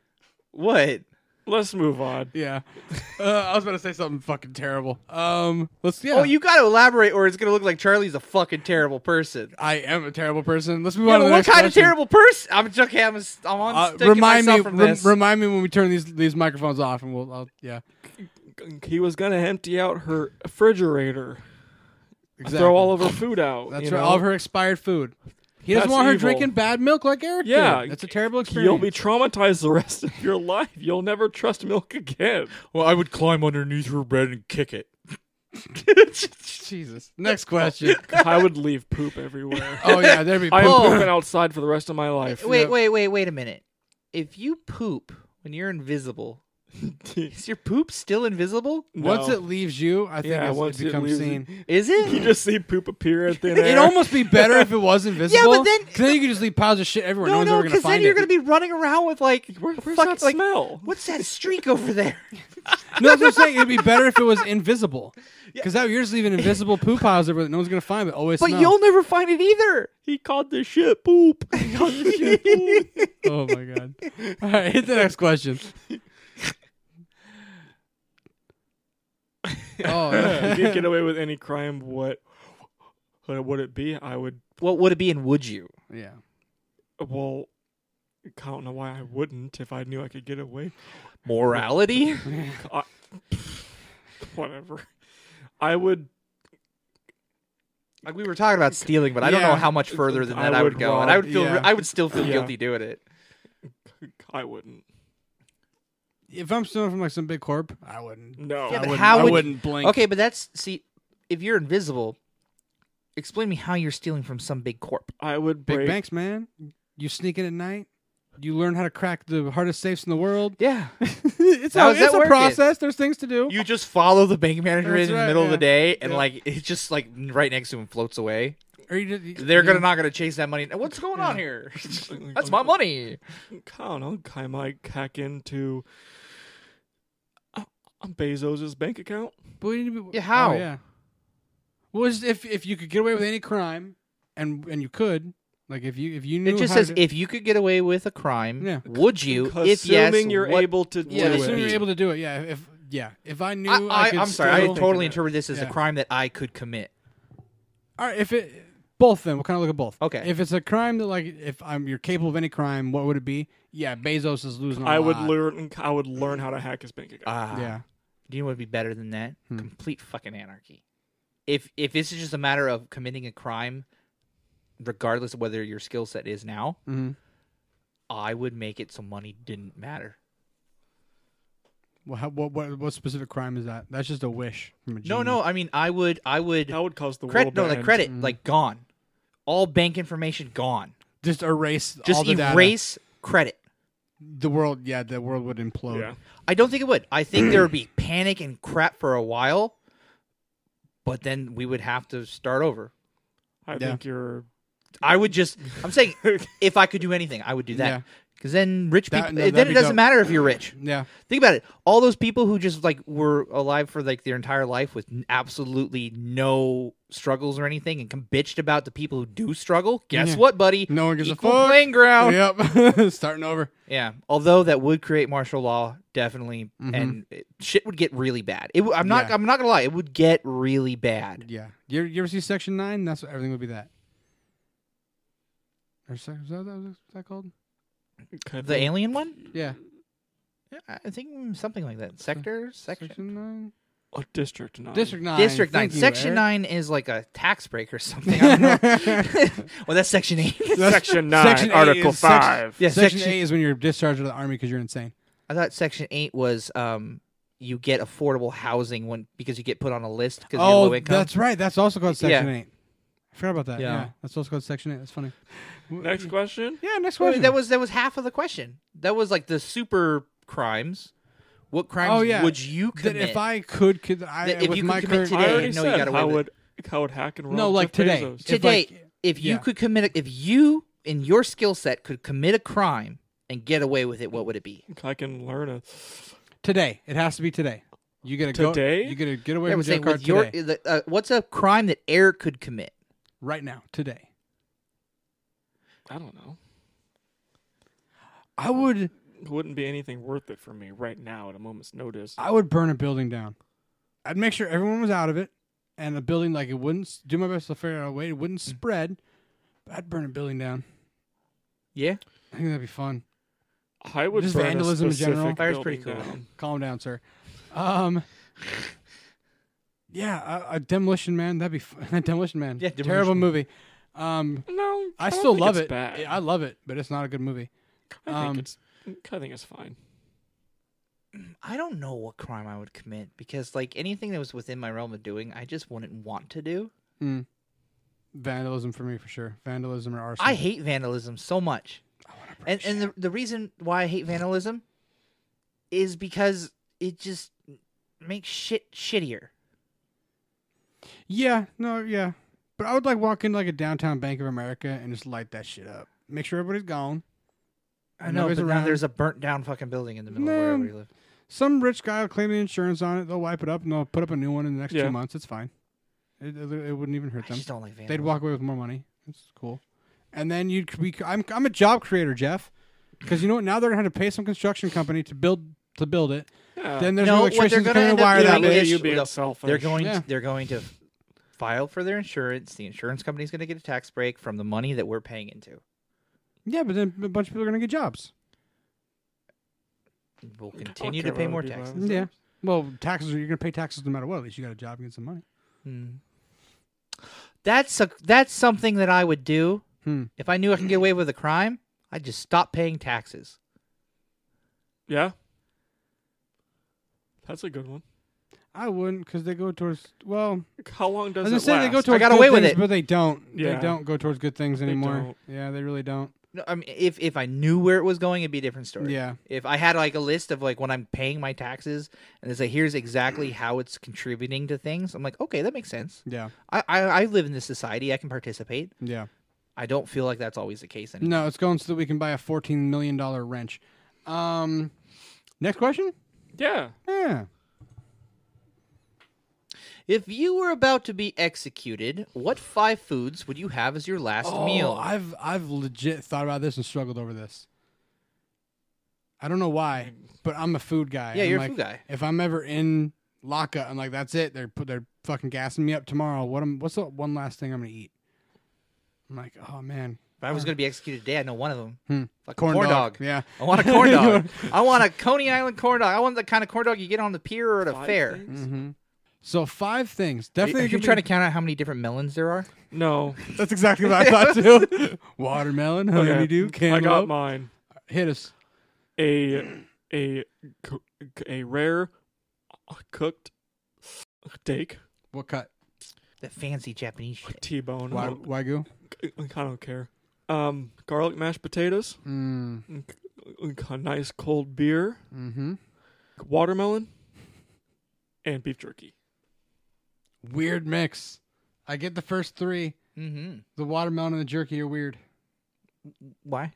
Speaker 4: what?
Speaker 5: Let's move on.
Speaker 3: Yeah, uh, I was about to say something fucking terrible. Um, let's. Yeah,
Speaker 4: Oh, you gotta elaborate, or it's gonna look like Charlie's a fucking terrible person.
Speaker 3: I am a terrible person. Let's move
Speaker 4: Yeah,
Speaker 3: on to
Speaker 4: but
Speaker 3: the
Speaker 4: what
Speaker 3: next
Speaker 4: kind of
Speaker 3: question.
Speaker 4: terrible person? I'm just okay. I'm, I'm on.
Speaker 3: Uh,
Speaker 4: sticking
Speaker 3: remind me.
Speaker 4: myself From
Speaker 3: rem-
Speaker 4: this.
Speaker 3: remind me when we turn these these microphones off, and we'll. I'll, yeah,
Speaker 5: He was gonna empty out her refrigerator,
Speaker 3: exactly.
Speaker 5: throw all of her food out.
Speaker 3: That's
Speaker 5: you
Speaker 3: right.
Speaker 5: know?
Speaker 3: All of her expired food. He doesn't
Speaker 5: That's
Speaker 3: want her
Speaker 5: evil.
Speaker 3: drinking bad milk like Eric
Speaker 5: Yeah,
Speaker 3: did. That's a terrible experience.
Speaker 5: You'll be traumatized the rest of your life. You'll never trust milk again.
Speaker 4: Well, I would climb underneath her bed and kick it.
Speaker 3: Jesus. Next question.
Speaker 5: I would leave poop everywhere.
Speaker 3: oh yeah, there'd be
Speaker 5: I am
Speaker 3: poop.
Speaker 5: pooping outside for the rest of my life.
Speaker 4: Wait, wait, wait, wait a minute. If you poop when you're invisible, is your poop still invisible?
Speaker 3: Once
Speaker 5: No.
Speaker 3: it leaves you, I think
Speaker 5: Yeah,
Speaker 3: it's,
Speaker 5: once
Speaker 3: it
Speaker 5: it
Speaker 3: becomes
Speaker 5: leaves
Speaker 3: seen.
Speaker 4: Is it?
Speaker 5: You just see poop appear at thin
Speaker 3: It'd
Speaker 5: air.
Speaker 3: almost be better if it was invisible.
Speaker 4: then-
Speaker 3: 'cause you could just leave piles of shit everywhere.
Speaker 4: no,
Speaker 3: one's
Speaker 4: no,
Speaker 3: ever gonna
Speaker 4: because
Speaker 3: find
Speaker 4: then you're
Speaker 3: it.
Speaker 4: gonna be running around with like,
Speaker 5: Where,
Speaker 4: the
Speaker 5: where's
Speaker 4: fuck-
Speaker 5: that
Speaker 4: like,
Speaker 5: smell?
Speaker 4: What's that streak over there?
Speaker 3: No, that's what I'm saying. It'd be better if it was invisible. Because that you're just leaving invisible poo piles everywhere that no one's gonna find, but always.
Speaker 4: But
Speaker 3: smells.
Speaker 4: you'll never find it either.
Speaker 5: He called this shit poop. He called this shit poop.
Speaker 3: Oh my god! All right, hit the next question.
Speaker 5: if
Speaker 3: oh,
Speaker 5: you get away with any crime, what what would it be? I would.
Speaker 4: What would it be, and would you?
Speaker 3: yeah.
Speaker 5: Well, I don't know why I wouldn't if I knew I could get away.
Speaker 4: Morality?
Speaker 5: I, whatever. I would.
Speaker 4: Like we were talking about stealing, but I don't
Speaker 3: Yeah.
Speaker 4: know how much further than
Speaker 5: I
Speaker 4: that I would
Speaker 5: would
Speaker 4: go, and
Speaker 5: rob-
Speaker 4: I would feel
Speaker 3: yeah.
Speaker 4: I would still feel
Speaker 5: Yeah.
Speaker 4: guilty doing it.
Speaker 5: I wouldn't.
Speaker 3: If I'm stealing from like some big corp, I wouldn't.
Speaker 5: No.
Speaker 3: I
Speaker 4: Yeah, but
Speaker 3: wouldn't,
Speaker 4: how
Speaker 3: I
Speaker 4: would-
Speaker 3: wouldn't blink.
Speaker 4: Okay, but that's see, if you're invisible, explain me how you're stealing from some big corp.
Speaker 5: I would
Speaker 3: Big
Speaker 5: break.
Speaker 3: banks, man. You sneak in at night. You learn how to crack the hardest safes in the world.
Speaker 4: Yeah,
Speaker 3: it's
Speaker 4: How
Speaker 3: a,
Speaker 4: does that
Speaker 3: it's a
Speaker 4: work it?
Speaker 3: process. There's things to do.
Speaker 4: you just follow the bank manager
Speaker 3: That's
Speaker 4: in
Speaker 3: right,
Speaker 4: the middle of
Speaker 3: yeah.
Speaker 4: the day, and
Speaker 3: Yeah.
Speaker 4: like it's just like right next to him floats away.
Speaker 3: Or you just-
Speaker 4: They're
Speaker 3: yeah.
Speaker 4: gonna not gonna chase that money. What's going on here? That's my
Speaker 5: my.
Speaker 4: money.
Speaker 5: I don't know. I might hack into uh, Bezos's bank account.
Speaker 3: But we need to be-
Speaker 4: Yeah, how?
Speaker 3: Oh, yeah. Well, it's just if if you could get away with any crime, and and you could, like if you if you knew
Speaker 4: It just
Speaker 3: how to
Speaker 4: says
Speaker 3: do-
Speaker 4: if you could get away with a crime,
Speaker 3: Yeah.
Speaker 4: would you?
Speaker 5: Assuming
Speaker 4: If yes,
Speaker 5: you're
Speaker 4: what-
Speaker 5: able to
Speaker 4: Yeah,
Speaker 5: do
Speaker 4: would
Speaker 3: assuming
Speaker 5: it.
Speaker 3: you're
Speaker 4: be.
Speaker 3: able to do it, yeah. If yeah, if I knew,
Speaker 4: I,
Speaker 3: I,
Speaker 4: I,
Speaker 3: could
Speaker 4: I'm sorry, I
Speaker 3: still-
Speaker 4: totally interpret this as
Speaker 3: Yeah.
Speaker 4: a crime that I could commit.
Speaker 3: All right, if it both then we'll kind of look at both.
Speaker 4: Okay.
Speaker 3: If it's a crime that like if I'm you're capable of any crime, what would it be? Yeah, Bezos is losing. I
Speaker 5: I would learn. I would learn how to hack his bank account.
Speaker 4: Ah,
Speaker 3: Yeah.
Speaker 4: Do you know what would be better than that?
Speaker 3: Hmm.
Speaker 4: Complete fucking anarchy. If if this is just a matter of committing a crime, regardless of whether your skill set is now,
Speaker 3: Mhm.
Speaker 4: I would make it so money didn't matter.
Speaker 3: Well, how, what what what specific crime is that? That's just a wish from a
Speaker 4: No,
Speaker 3: genie.
Speaker 4: no. I mean, I would, I would.
Speaker 5: that would cause the
Speaker 4: Credit,
Speaker 5: world.
Speaker 4: no,
Speaker 5: to
Speaker 4: like
Speaker 5: end.
Speaker 4: credit,
Speaker 3: Mm.
Speaker 4: like gone. All bank information gone.
Speaker 3: Just erase. all
Speaker 4: Just
Speaker 3: the data.
Speaker 4: erase credit.
Speaker 3: the world. Yeah, the world would implode.
Speaker 5: Yeah.
Speaker 4: I don't think it would. I think there would be panic and crap for a while, but then we would have to start over.
Speaker 5: I
Speaker 3: Yeah.
Speaker 5: think you're.
Speaker 4: I would just. I'm saying, if I could do anything, I would do
Speaker 3: Yeah.
Speaker 4: that. Because then rich
Speaker 3: That-
Speaker 4: people.
Speaker 3: no,
Speaker 4: then
Speaker 3: that'd
Speaker 4: it
Speaker 3: be
Speaker 4: doesn't
Speaker 3: dope.
Speaker 4: matter if you're rich.
Speaker 3: Yeah.
Speaker 4: Think about it. All those people who just like were alive for like their entire life with n- absolutely no struggles or anything, and com- bitched about the people who do struggle. Guess
Speaker 3: Yeah.
Speaker 4: what, buddy?
Speaker 3: No one gives a
Speaker 4: Equal
Speaker 3: fuck.
Speaker 4: playing ground. Yeah.
Speaker 3: Yep. Starting over.
Speaker 4: Although that would create martial law, definitely,
Speaker 3: Mhm.
Speaker 4: and it, shit would get really bad. It, w- I'm not.
Speaker 3: Yeah.
Speaker 4: I'm not gonna lie. It would get really bad.
Speaker 3: Yeah. You, you ever see Section Nine? That's what everything would be that. Or sec- is that, that, that called?
Speaker 5: Could
Speaker 4: The
Speaker 5: be.
Speaker 4: alien one?
Speaker 3: Yeah.
Speaker 4: Yeah, I think mm, something like that. Sector, section.
Speaker 3: Section Nine.
Speaker 5: Oh, district nine.
Speaker 3: District Nine.
Speaker 4: District nine,
Speaker 3: Thank you,
Speaker 4: section
Speaker 3: Eric.
Speaker 4: nine is like a tax break or something. I don't know. well, that's section eight.
Speaker 5: Section nine,
Speaker 3: Section eight
Speaker 5: article
Speaker 3: is section-
Speaker 5: five.
Speaker 4: yeah,
Speaker 3: Section,
Speaker 4: section.
Speaker 3: eight is when you're discharged out of the army because you're insane.
Speaker 4: I thought section eight was um, you get affordable housing when because you get put on a list because you're
Speaker 3: Oh,
Speaker 4: low income.
Speaker 3: that's right. That's also called Section
Speaker 4: Yeah.
Speaker 3: Eight. I forgot about that. Yeah.
Speaker 4: Yeah.
Speaker 3: that's also called Section Eight. That's funny.
Speaker 5: Next question.
Speaker 3: Yeah, next
Speaker 4: Wait,
Speaker 3: question.
Speaker 4: that was that was half of the question. That was like the super crimes. What crimes
Speaker 3: Oh, yeah.
Speaker 4: would you
Speaker 3: that
Speaker 4: commit?
Speaker 3: if I could, could I
Speaker 4: That if
Speaker 3: with
Speaker 4: you could
Speaker 3: my
Speaker 4: commit
Speaker 3: current,
Speaker 4: today,
Speaker 5: I already
Speaker 4: no, you
Speaker 5: said
Speaker 4: got away
Speaker 5: how
Speaker 4: with
Speaker 5: would how would hack and rob
Speaker 3: No,
Speaker 5: Jeff
Speaker 3: like today.
Speaker 5: Bezos.
Speaker 3: If,
Speaker 4: today
Speaker 3: like,
Speaker 4: if you
Speaker 3: yeah.
Speaker 4: could commit a, if you in your skill set could commit a crime and get away with it, what would it be?
Speaker 5: I can learn a.
Speaker 3: today, it has to be today. You gotta go.
Speaker 5: Today?
Speaker 3: You gotta get away
Speaker 4: Yeah,
Speaker 3: from
Speaker 4: we're
Speaker 3: jail
Speaker 4: saying
Speaker 3: card
Speaker 4: with your,
Speaker 3: today,
Speaker 4: the, uh, what's a crime that Eric could commit?
Speaker 3: right now, today.
Speaker 5: I don't know.
Speaker 3: I would
Speaker 5: It wouldn't be anything worth it for me right now at a moment's notice.
Speaker 3: I would burn a building down. I'd make sure everyone was out of it, and the building like it wouldn't s- do my best to figure out a way it
Speaker 4: Mm.
Speaker 3: wouldn't spread. But I'd burn a building down.
Speaker 4: Yeah,
Speaker 3: I think that'd be fun.
Speaker 5: I would
Speaker 3: Just
Speaker 5: burn
Speaker 3: vandalism
Speaker 5: a
Speaker 3: in general.
Speaker 5: specific
Speaker 4: Fire's pretty
Speaker 5: building
Speaker 4: cool.
Speaker 5: down.
Speaker 3: Calm down, sir. Um, yeah, a, a demolition man. That'd be f- demolition man.
Speaker 4: Yeah,
Speaker 3: terrible movie. Um,
Speaker 5: No,
Speaker 3: I,
Speaker 5: don't
Speaker 3: still
Speaker 5: think
Speaker 3: love
Speaker 5: it's
Speaker 3: it.
Speaker 5: Bad.
Speaker 3: I love it, but it's not a good movie.
Speaker 5: I think
Speaker 3: um,
Speaker 5: it's. I think it's fine.
Speaker 4: I don't know what crime I would commit because like anything that was within my realm of doing, I just wouldn't want to do.
Speaker 3: Vandalism for me for sure. Vandalism or arson.
Speaker 4: I hate vandalism so much. And and the the reason why I hate vandalism is because it just makes shit shittier.
Speaker 3: Yeah, no, yeah. But I would like walk into like a downtown Bank of America and just light that shit up. Make sure everybody's gone.
Speaker 4: I
Speaker 3: And
Speaker 4: know, but
Speaker 3: nobody's
Speaker 4: now
Speaker 3: around.
Speaker 4: there's a burnt down fucking building in the middle of
Speaker 3: Man.
Speaker 4: wherever you live.
Speaker 3: Some rich guy will claim the insurance on it. They'll wipe it up and they'll put up a new one in the next
Speaker 5: Yeah.
Speaker 3: two months. It's fine. It, it, it wouldn't even hurt
Speaker 4: I
Speaker 3: them.
Speaker 4: just don't like vandalism.
Speaker 3: They'd walk away with more money. It's cool. And then you'd be. I'm I'm a job creator, Jeff. Because you know what? Now they're gonna have to pay some construction company to build to build it.
Speaker 5: Yeah.
Speaker 3: Then there's
Speaker 4: No,
Speaker 3: no
Speaker 4: what they're
Speaker 3: electricians
Speaker 4: gonna
Speaker 3: coming
Speaker 4: end
Speaker 3: to
Speaker 4: up
Speaker 3: wire
Speaker 4: doing
Speaker 3: that
Speaker 4: is-
Speaker 3: bitch.
Speaker 5: you
Speaker 4: issue,
Speaker 5: being
Speaker 4: though.
Speaker 5: selfish.
Speaker 4: They're going.
Speaker 3: Yeah.
Speaker 4: They're going to file for their insurance. The insurance company's going to get a tax break from the money that we're paying into.
Speaker 3: Yeah, but then a bunch of people are gonna get jobs.
Speaker 4: We'll continue
Speaker 5: care
Speaker 4: to pay
Speaker 5: about
Speaker 4: more
Speaker 5: other people
Speaker 4: taxes.
Speaker 5: having-
Speaker 3: Yeah. Well, taxes. are You're gonna pay taxes no matter what. At least you got a job and get some money.
Speaker 4: Hmm. That's a that's something that I would do
Speaker 3: Hmm.
Speaker 4: if I knew I could get away with a crime. I'd just stop paying taxes.
Speaker 5: Yeah. That's a good one.
Speaker 3: I wouldn't because they go towards well.
Speaker 5: How long does
Speaker 3: I was
Speaker 5: it
Speaker 3: gonna say
Speaker 5: last?
Speaker 3: they go towards
Speaker 4: got
Speaker 3: good
Speaker 4: away with
Speaker 3: things,
Speaker 4: it.
Speaker 3: but they don't.
Speaker 5: Yeah.
Speaker 3: They don't go towards good things anymore.
Speaker 5: don't.
Speaker 3: Yeah, they really don't.
Speaker 4: No, I mean, if if I knew where it was going, it'd be a different story.
Speaker 3: Yeah.
Speaker 4: If I had like a list of like when I'm paying my taxes and it's like here's exactly how it's contributing to things, I'm like, okay, that makes sense.
Speaker 3: Yeah,
Speaker 4: I I, I live in this society. I can participate.
Speaker 3: yeah.
Speaker 4: I don't feel like that's always the case anymore.
Speaker 3: No, it's going so that we can buy a fourteen million dollar wrench. Um, next question.
Speaker 5: yeah.
Speaker 3: Yeah.
Speaker 4: If you were about to be executed, what five foods would you have as your last
Speaker 3: Oh,
Speaker 4: meal?
Speaker 3: I've I've legit thought about this and struggled over this. I don't know why, but I'm a food guy.
Speaker 4: Yeah,
Speaker 3: I'm
Speaker 4: you're a
Speaker 3: like,
Speaker 4: food guy.
Speaker 3: If I'm ever in lockup, I'm like, that's it. They're put they're fucking gassing me up tomorrow. What am what's the one last thing I'm gonna eat? I'm like, oh man,
Speaker 4: If I was going to be executed today, I know one of them.
Speaker 3: Hmm.
Speaker 4: Fucking
Speaker 3: corn, dog.
Speaker 4: dog.
Speaker 3: Yeah,
Speaker 4: I want a corn dog. I want a Coney Island corn dog. I want the kind of corn dog you get on the pier or at a
Speaker 5: Five
Speaker 4: fair.
Speaker 5: things?
Speaker 3: hmm So five things.
Speaker 4: Are you,
Speaker 3: Definitely,
Speaker 4: are you
Speaker 3: could
Speaker 4: trying
Speaker 3: be-
Speaker 4: to count out how many different melons there are?
Speaker 3: Mm-hmm.
Speaker 5: No.
Speaker 3: That's exactly what I thought too. Watermelon, honeydew,
Speaker 5: I got
Speaker 3: cantaloupe.
Speaker 5: mine.
Speaker 3: Hit us.
Speaker 5: A a co- a rare uh, cooked steak,
Speaker 3: What cut?
Speaker 4: That fancy Japanese shit.
Speaker 5: T-bone. I
Speaker 3: Wa-
Speaker 5: don't-
Speaker 3: Wagyu.
Speaker 5: I don't care. Um, garlic mashed potatoes,
Speaker 3: Mm.
Speaker 5: Mm-hmm. a nice cold beer,
Speaker 3: Mm-hmm.
Speaker 5: watermelon, and beef jerky.
Speaker 3: Weird mix. I get the first three.
Speaker 4: Mm-hmm.
Speaker 3: The watermelon and the jerky are weird.
Speaker 4: Why?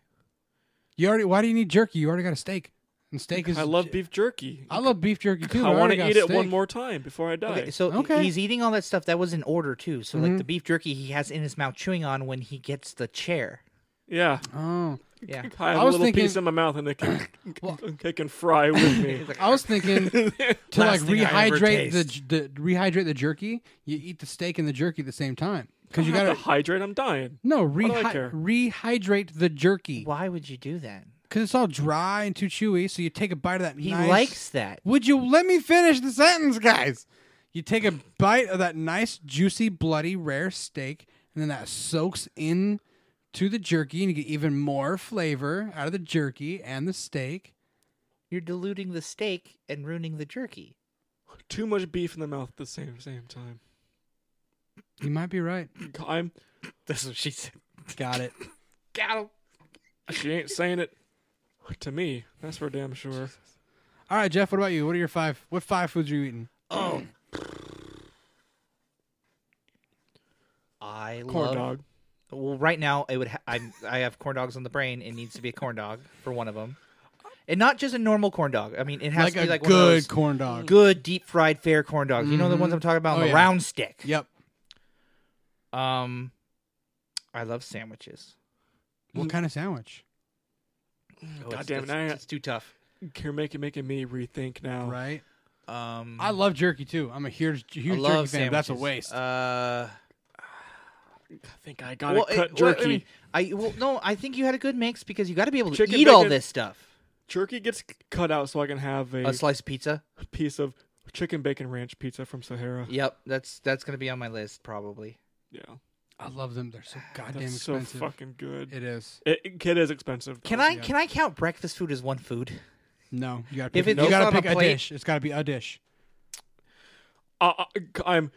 Speaker 3: You already. Why do you need jerky? You already got a steak. And steak is.
Speaker 5: I love beef jerky.
Speaker 3: I love beef jerky too.
Speaker 5: I
Speaker 3: want
Speaker 5: to eat it one more time before I die.
Speaker 4: Okay, so he-
Speaker 3: Okay.
Speaker 4: he's eating all that stuff that was in order too. So like
Speaker 3: Mhm.
Speaker 4: the beef jerky he has in his mouth chewing on when he gets the chair.
Speaker 5: yeah,
Speaker 3: Oh.
Speaker 4: Yeah.
Speaker 5: I have
Speaker 3: I
Speaker 5: a
Speaker 3: was
Speaker 5: little piece
Speaker 3: thinking-
Speaker 5: in my mouth, and they can,
Speaker 3: Well-
Speaker 5: they can fry with me.
Speaker 4: He's like,
Speaker 3: I was thinking to like
Speaker 4: Last thing I ever
Speaker 3: rehydrate the, j- the rehydrate the jerky. You eat the steak and the jerky at the same time because you
Speaker 5: I have
Speaker 3: got
Speaker 5: to
Speaker 3: to
Speaker 5: hydrate. I'm dying.
Speaker 3: no
Speaker 5: do I
Speaker 3: rehy-
Speaker 5: care?
Speaker 3: rehydrate the jerky.
Speaker 4: why would you do that?
Speaker 3: because it's all dry and too chewy. So you take a bite of that.
Speaker 4: He
Speaker 3: nice-
Speaker 4: likes that.
Speaker 3: Would you let me finish the sentence, guys? You take a bite of that nice, juicy, bloody, rare steak, and then that soaks in to the jerky, and you get even more flavor out of the jerky and the steak.
Speaker 4: You're diluting the steak and ruining the jerky.
Speaker 5: Too much beef in the mouth at the same same time.
Speaker 3: You might be right.
Speaker 5: I'm.
Speaker 4: That's what she said.
Speaker 3: Got it.
Speaker 4: Got him.
Speaker 5: She ain't saying it to me. That's for damn sure.
Speaker 3: All right, Jeff. What about you? What are your five? What five foods are you eating?
Speaker 4: Oh. I
Speaker 5: Corn
Speaker 4: love.
Speaker 5: dog.
Speaker 4: Well, right now it would. Ha- I I have corn dogs on the brain. It needs to be a corn dog for one of them, and not just a normal corn dog. I mean, it has
Speaker 3: like
Speaker 4: to
Speaker 3: a
Speaker 4: be like
Speaker 3: good
Speaker 4: one of those Mm.
Speaker 3: corn dog.
Speaker 4: good deep fried fair corn dogs. You know the ones I'm talking about, on
Speaker 3: Oh,
Speaker 4: the
Speaker 3: yeah.
Speaker 4: round stick.
Speaker 3: Yep.
Speaker 4: Um, I love sandwiches. Mm.
Speaker 3: What kind of sandwich?
Speaker 4: Oh,
Speaker 5: God
Speaker 4: it's-
Speaker 5: damn it,
Speaker 4: that's-
Speaker 5: I-
Speaker 4: It's too tough.
Speaker 5: You're making making me rethink
Speaker 4: Oh.
Speaker 5: now.
Speaker 3: Right.
Speaker 4: Um,
Speaker 3: I love jerky too. I'm a huge,
Speaker 4: I
Speaker 3: huge
Speaker 4: love
Speaker 3: jerky fan. That's a
Speaker 4: sandwiches.
Speaker 3: waste.
Speaker 4: Uh.
Speaker 5: I think I gotta
Speaker 4: it-
Speaker 5: cut
Speaker 4: well,
Speaker 5: jerky.
Speaker 4: I, mean, I well, no, I think you had a good mix because you got to be able to
Speaker 5: Chicken
Speaker 4: eat all
Speaker 5: bacon.
Speaker 4: this stuff.
Speaker 5: jerky gets c- cut out so I can have a
Speaker 4: A slice of pizza.
Speaker 5: piece of chicken bacon ranch pizza from Sahara.
Speaker 4: Yep, that's that's gonna be on my list probably.
Speaker 5: Yeah.
Speaker 3: I love them. They're so goddamn
Speaker 5: That's so
Speaker 3: expensive.
Speaker 5: fucking good.
Speaker 3: it is.
Speaker 5: It, it, it is expensive.
Speaker 4: Can
Speaker 5: though.
Speaker 4: I
Speaker 3: Yeah.
Speaker 4: can I count breakfast food as one food?
Speaker 3: No, you gotta
Speaker 4: If
Speaker 3: pick,
Speaker 4: it's
Speaker 3: you gotta
Speaker 4: on a
Speaker 3: pick a
Speaker 4: plate-
Speaker 3: dish. It's gotta be a dish.
Speaker 5: Uh, uh, I'm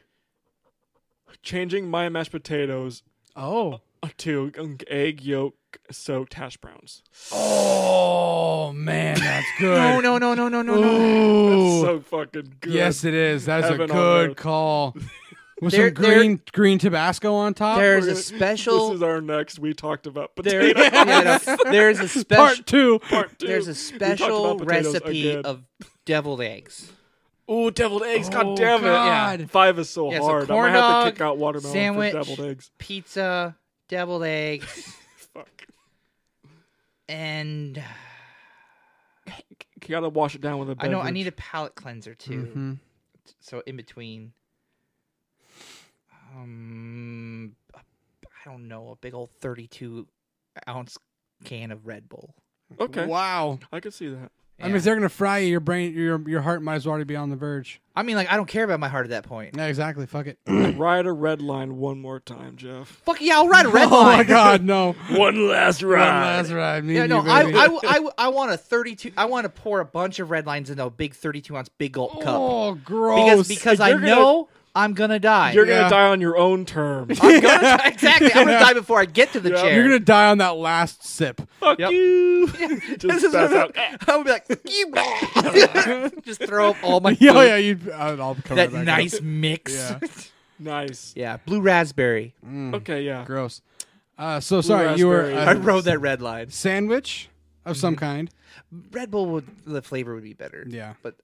Speaker 5: changing my mashed potatoes
Speaker 3: Oh.
Speaker 5: to um, egg yolk soaked hash browns.
Speaker 3: Oh man, that's good.
Speaker 4: No, no, no, no, no, no, no.
Speaker 3: Ooh.
Speaker 5: So fucking good.
Speaker 3: yes, it is. That is a
Speaker 5: Heaven on
Speaker 3: good
Speaker 5: earth.
Speaker 3: call. With
Speaker 4: There-
Speaker 3: some green green Tabasco on top.
Speaker 4: There's
Speaker 5: We're
Speaker 4: a
Speaker 5: gonna-
Speaker 4: special.
Speaker 5: This is our next. We talked about
Speaker 4: there,
Speaker 5: potatoes.
Speaker 4: yeah, no, there's a special.
Speaker 3: Part two.
Speaker 5: Part two.
Speaker 4: There's a
Speaker 5: We talked
Speaker 4: special
Speaker 5: about potatoes
Speaker 4: recipe
Speaker 5: again.
Speaker 4: of deviled eggs,
Speaker 5: Ooh, deviled eggs.
Speaker 3: Oh,
Speaker 5: God damn it.
Speaker 3: God.
Speaker 5: Yeah. Five is so
Speaker 4: Yeah, so
Speaker 5: hard.
Speaker 4: corn
Speaker 5: I'm gonna have to
Speaker 4: dog,
Speaker 5: kick out watermelon
Speaker 4: sandwich.
Speaker 5: for deviled eggs.
Speaker 4: pizza, deviled eggs,
Speaker 5: Fuck.
Speaker 4: and
Speaker 5: You gotta wash it down with a
Speaker 4: I
Speaker 5: beverage.
Speaker 4: know I need a palate cleanser too.
Speaker 5: Mm-hmm.
Speaker 3: Mhm.
Speaker 4: So in between, um, I don't know, a big old 32 ounce can of Red Bull.
Speaker 5: Okay.
Speaker 3: Wow.
Speaker 5: I can see that.
Speaker 3: I mean,
Speaker 4: Yeah.
Speaker 3: if they're gonna fry you, your brain, your your heart might as well already be on the verge.
Speaker 4: I mean, like I don't care about my heart at that point.
Speaker 3: Yeah, exactly. Fuck it.
Speaker 5: Ride a red line one more time, Jeff.
Speaker 4: Fuck yeah, I'll ride a red
Speaker 3: oh
Speaker 4: line.
Speaker 3: my god, no.
Speaker 5: One last ride.
Speaker 3: That's right. Me
Speaker 4: Yeah,
Speaker 3: and
Speaker 4: no,
Speaker 3: you,
Speaker 4: I,
Speaker 3: baby.
Speaker 4: I, I, I want a 32. I want to pour a bunch of red lines into a big 32 ounce big gulp cup
Speaker 3: Oh, gross.
Speaker 4: because because I
Speaker 5: You're gonna-
Speaker 4: know I'm gonna die.
Speaker 5: You're
Speaker 3: Yeah.
Speaker 5: gonna die on your own terms.
Speaker 4: I'm gonna die. exactly. I'm gonna die before I get to the
Speaker 5: Yeah.
Speaker 4: chair.
Speaker 3: You're gonna die on that last sip.
Speaker 5: Fuck
Speaker 4: Yep.
Speaker 5: you.
Speaker 4: This
Speaker 5: Just
Speaker 4: is
Speaker 5: pass
Speaker 4: what I'm-
Speaker 5: out.
Speaker 4: I'll be like, "You-" just throw up all my
Speaker 3: Yeah, oh,
Speaker 4: food.
Speaker 3: yeah. You. I'll I'll cover
Speaker 4: that
Speaker 3: it back
Speaker 4: nice
Speaker 3: Up.
Speaker 4: mix.
Speaker 3: Yeah.
Speaker 5: Nice.
Speaker 4: Yeah, blue raspberry.
Speaker 5: Okay, yeah.
Speaker 3: Gross. Uh, so sorry. You were
Speaker 5: raspberry.
Speaker 4: I Mm-hmm.
Speaker 3: uh,
Speaker 4: rode that red line.
Speaker 3: sandwich of some kind.
Speaker 4: Red Bull would the flavor would be better.
Speaker 3: Yeah.
Speaker 4: but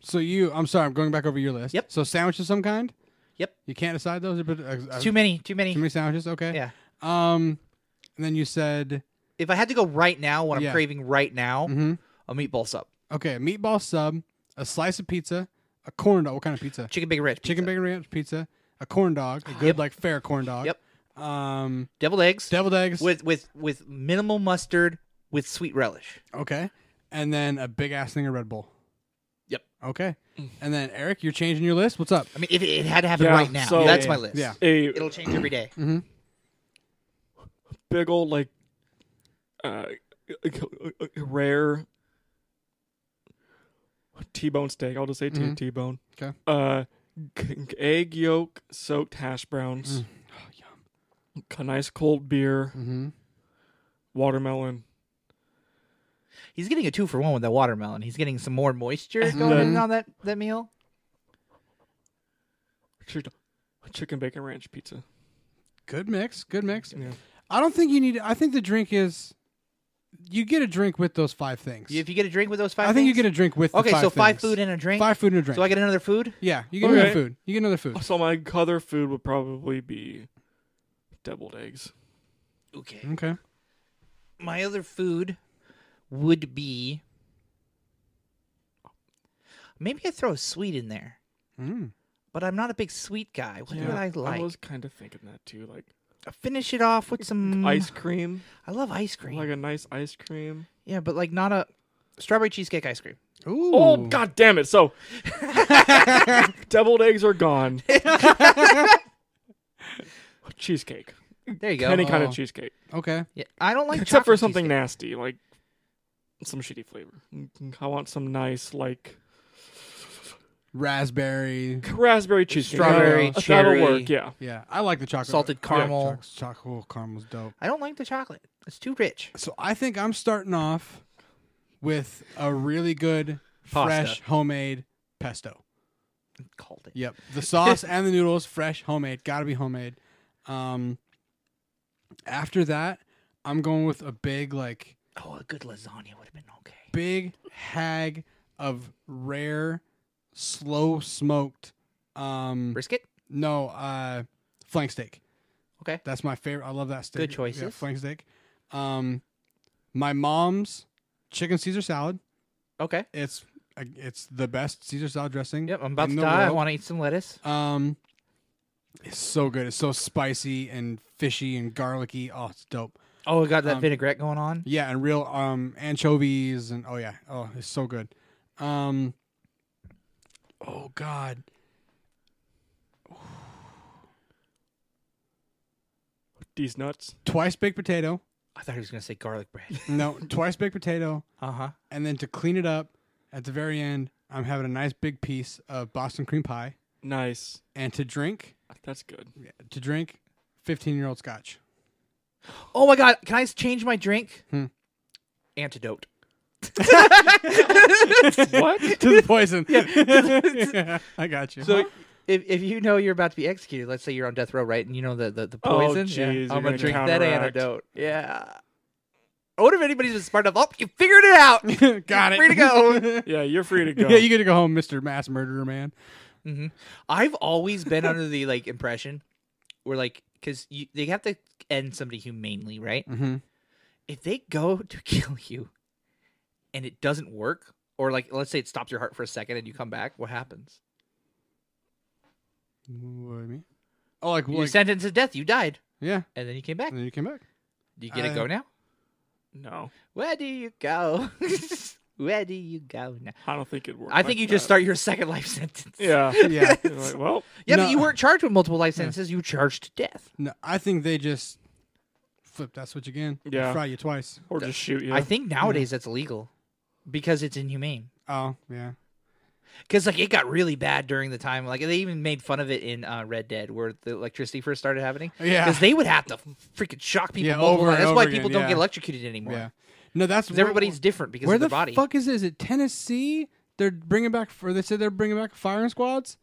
Speaker 3: So you. I'm sorry. I'm going back over your list.
Speaker 4: Yep.
Speaker 3: So sandwich of some kind.
Speaker 4: Yep.
Speaker 3: You can't decide those. But, uh, uh,
Speaker 4: too
Speaker 3: too
Speaker 4: many, too many.
Speaker 3: many sandwiches. Okay.
Speaker 4: Yeah.
Speaker 3: Um. And then you said,
Speaker 4: If I had to go right now, what I'm
Speaker 3: Yeah.
Speaker 4: craving right now,
Speaker 3: Mhm.
Speaker 4: a meatball sub,
Speaker 3: okay, a meatball sub, a slice of pizza, a corn dog. What kind of pizza?
Speaker 4: chicken bacon ranch,
Speaker 3: Chicken
Speaker 4: pizza,
Speaker 3: bacon ranch pizza, a corn dog, a good
Speaker 4: Yep.
Speaker 3: like fair corn dog.
Speaker 4: Yep.
Speaker 3: Um,
Speaker 4: deviled eggs
Speaker 3: deviled eggs.
Speaker 4: with with with minimal mustard with sweet relish.
Speaker 3: Okay. And then a big ass thing of Red Bull.
Speaker 4: Yep. Mm.
Speaker 3: Okay. And then Eric, you're changing your list. What's up?
Speaker 4: I mean, if it, it had to happen
Speaker 5: Yeah,
Speaker 4: right now,
Speaker 5: so-
Speaker 4: that's
Speaker 5: Yeah,
Speaker 4: my
Speaker 5: yeah,
Speaker 4: list.
Speaker 3: yeah.
Speaker 5: A
Speaker 4: it'll change every day.
Speaker 5: big old like uh rare T-bone steak. I'll just say
Speaker 3: Mhm.
Speaker 5: T- T-bone.
Speaker 3: 'Kay.
Speaker 5: Uh, g- g- egg yolk soaked hash browns.
Speaker 3: Mm.
Speaker 5: A nice cold beer,
Speaker 3: Mm-hmm.
Speaker 5: watermelon.
Speaker 4: He's getting a two for one with that watermelon. He's getting some more moisture
Speaker 3: Mhm.
Speaker 4: going in on that that meal.
Speaker 5: Chick- Chicken bacon ranch pizza.
Speaker 3: Good mix. Good mix.
Speaker 5: Yeah.
Speaker 3: I don't think you need. I think the drink is. You get a drink with those five things.
Speaker 4: If you get a drink with those five,
Speaker 3: I think you
Speaker 4: things-
Speaker 3: get a drink with. the
Speaker 4: Okay,
Speaker 3: five
Speaker 4: so five
Speaker 3: things.
Speaker 4: food and a drink.
Speaker 3: Five food and a drink.
Speaker 4: So I get Oh, another food.
Speaker 3: yeah, you get
Speaker 5: Okay.
Speaker 3: another food. You get another food.
Speaker 5: So my other food would probably be deviled eggs.
Speaker 4: Okay.
Speaker 3: Okay. Mm-hmm.
Speaker 4: My other food would be maybe I throw a sweet in there,
Speaker 3: Mm.
Speaker 4: but I'm not a big sweet guy. What would I like?
Speaker 5: I was kind of thinking that too, like
Speaker 4: Finish it off with some
Speaker 5: ice cream,
Speaker 4: I love ice Mm. cream.
Speaker 5: like a nice ice cream.
Speaker 4: yeah, but like not a strawberry cheesecake ice cream.
Speaker 3: Ooh.
Speaker 5: Oh god damn it! So deviled eggs are gone. cheesecake,
Speaker 4: There you go.
Speaker 5: any kind of
Speaker 3: Oh.
Speaker 5: cheesecake,
Speaker 3: Okay.
Speaker 4: Yeah, I don't like
Speaker 5: except for
Speaker 4: chocolate
Speaker 5: something
Speaker 4: cheesecake.
Speaker 5: nasty like some shitty flavor. Mm, I want some nice like
Speaker 3: Raspberry.
Speaker 5: raspberary cheesecake,
Speaker 4: Strawberry,
Speaker 5: That'll-
Speaker 4: cherry.
Speaker 5: That'll work. Yeah,
Speaker 3: Yeah, I like the chocolate. I
Speaker 4: Salted
Speaker 3: like
Speaker 4: caramel.
Speaker 3: choc- chocolate caramel's dope.
Speaker 4: I don't like the chocolate. It's too rich.
Speaker 3: So I think I'm starting off with a really good,
Speaker 4: Pasta.
Speaker 3: fresh, homemade pesto.
Speaker 4: Called it.
Speaker 3: Yep. The sauce and the noodles, fresh, homemade. Got to be homemade. Um, after that, I'm going with a big, like,
Speaker 4: Oh, a good lasagna would have been okay.
Speaker 3: big hag of rare, slow smoked, um,
Speaker 4: Brisket.
Speaker 3: no, uh, flank steak.
Speaker 4: Okay.
Speaker 3: That's my favorite. I love that steak.
Speaker 4: Good
Speaker 3: Yeah,
Speaker 4: choices.
Speaker 3: flank steak. Um, my mom's chicken Caesar salad.
Speaker 4: Okay.
Speaker 3: It's it's the best Caesar salad dressing.
Speaker 4: Yep. I'm about
Speaker 3: in
Speaker 4: to
Speaker 3: the
Speaker 4: die. I
Speaker 3: world.
Speaker 4: want to eat some lettuce.
Speaker 3: Um, it's so good. It's so spicy and fishy and garlicky. Oh, it's dope.
Speaker 4: Oh, we got that
Speaker 3: Um,
Speaker 4: vinaigrette going on.
Speaker 3: Yeah, and real um anchovies and oh yeah, oh it's so good. Um, oh god.
Speaker 5: these nuts.
Speaker 3: Twice baked potato.
Speaker 4: I thought he was gonna say garlic bread.
Speaker 3: No, twice baked potato.
Speaker 4: Uh huh.
Speaker 3: And then to clean it up, at the very end, I'm having a nice big piece of Boston cream pie.
Speaker 5: Nice.
Speaker 3: And to drink,
Speaker 5: That's good.
Speaker 3: to drink, 15 year old scotch.
Speaker 4: Oh my god, can I s- change my drink?
Speaker 3: Hmm.
Speaker 4: Antidote.
Speaker 6: what?
Speaker 3: to the poison. Yeah, I got you.
Speaker 4: So if, if you know you're about to be executed, let's say you're on death row, right? And you know the, the, the
Speaker 5: Oh,
Speaker 4: poison.
Speaker 5: jeez,
Speaker 4: yeah,
Speaker 5: you're
Speaker 4: I'm
Speaker 5: gonna
Speaker 4: drink that
Speaker 5: counteract.
Speaker 4: antidote. Yeah. I wonder if anybody's just smart enough. Oh, you figured it out.
Speaker 3: got it.
Speaker 4: Free to go.
Speaker 5: Yeah, you're free to go.
Speaker 3: yeah, you get to go home, Mr. Mass Murderer Man.
Speaker 4: hmm I've always been under the like impression where like because they have to end somebody humanely, right?
Speaker 3: Mm-hmm.
Speaker 4: If they go to kill you and it doesn't work, or like let's say it stops your heart for a second and you come back, what happens?
Speaker 3: What do you mean? Oh, like,
Speaker 4: You
Speaker 3: like
Speaker 4: sentenced to death. You died,
Speaker 3: yeah.
Speaker 4: and then you came back.
Speaker 3: And then you came back.
Speaker 4: Do you get to
Speaker 3: I-
Speaker 4: go now?
Speaker 5: no,
Speaker 4: Where do you go? Where do you go now?
Speaker 5: I don't think it works.
Speaker 4: I think you just
Speaker 5: that.
Speaker 4: start your second life sentence.
Speaker 5: Yeah.
Speaker 3: Yeah.
Speaker 5: You're like, well,
Speaker 4: Yeah,
Speaker 3: No.
Speaker 4: but you weren't charged with multiple life sentences. You were charged to death.
Speaker 3: No, I think they just flipped that switch again. They
Speaker 5: Yeah.
Speaker 3: Fry you twice.
Speaker 5: or just shoot you.
Speaker 4: I think nowadays that's illegal because it's inhumane.
Speaker 3: Oh, yeah.
Speaker 4: Because like it got really bad during the time. Like they even made fun of it in uh, Red Dead, where the electricity first started happening.
Speaker 3: Yeah.
Speaker 4: Because they would have to freaking shock people.
Speaker 3: Yeah,
Speaker 4: multiple
Speaker 3: over
Speaker 4: times.
Speaker 3: and
Speaker 4: That's why
Speaker 3: over
Speaker 4: people
Speaker 3: again,
Speaker 4: don't
Speaker 3: yeah.
Speaker 4: get electrocuted anymore.
Speaker 3: Yeah. No, that's
Speaker 4: Because everybody's different because
Speaker 3: Where
Speaker 4: of
Speaker 3: the
Speaker 4: their body.
Speaker 3: fuck is it? Is it Tennessee? They're bringing back, or they said they're bringing back firing squads.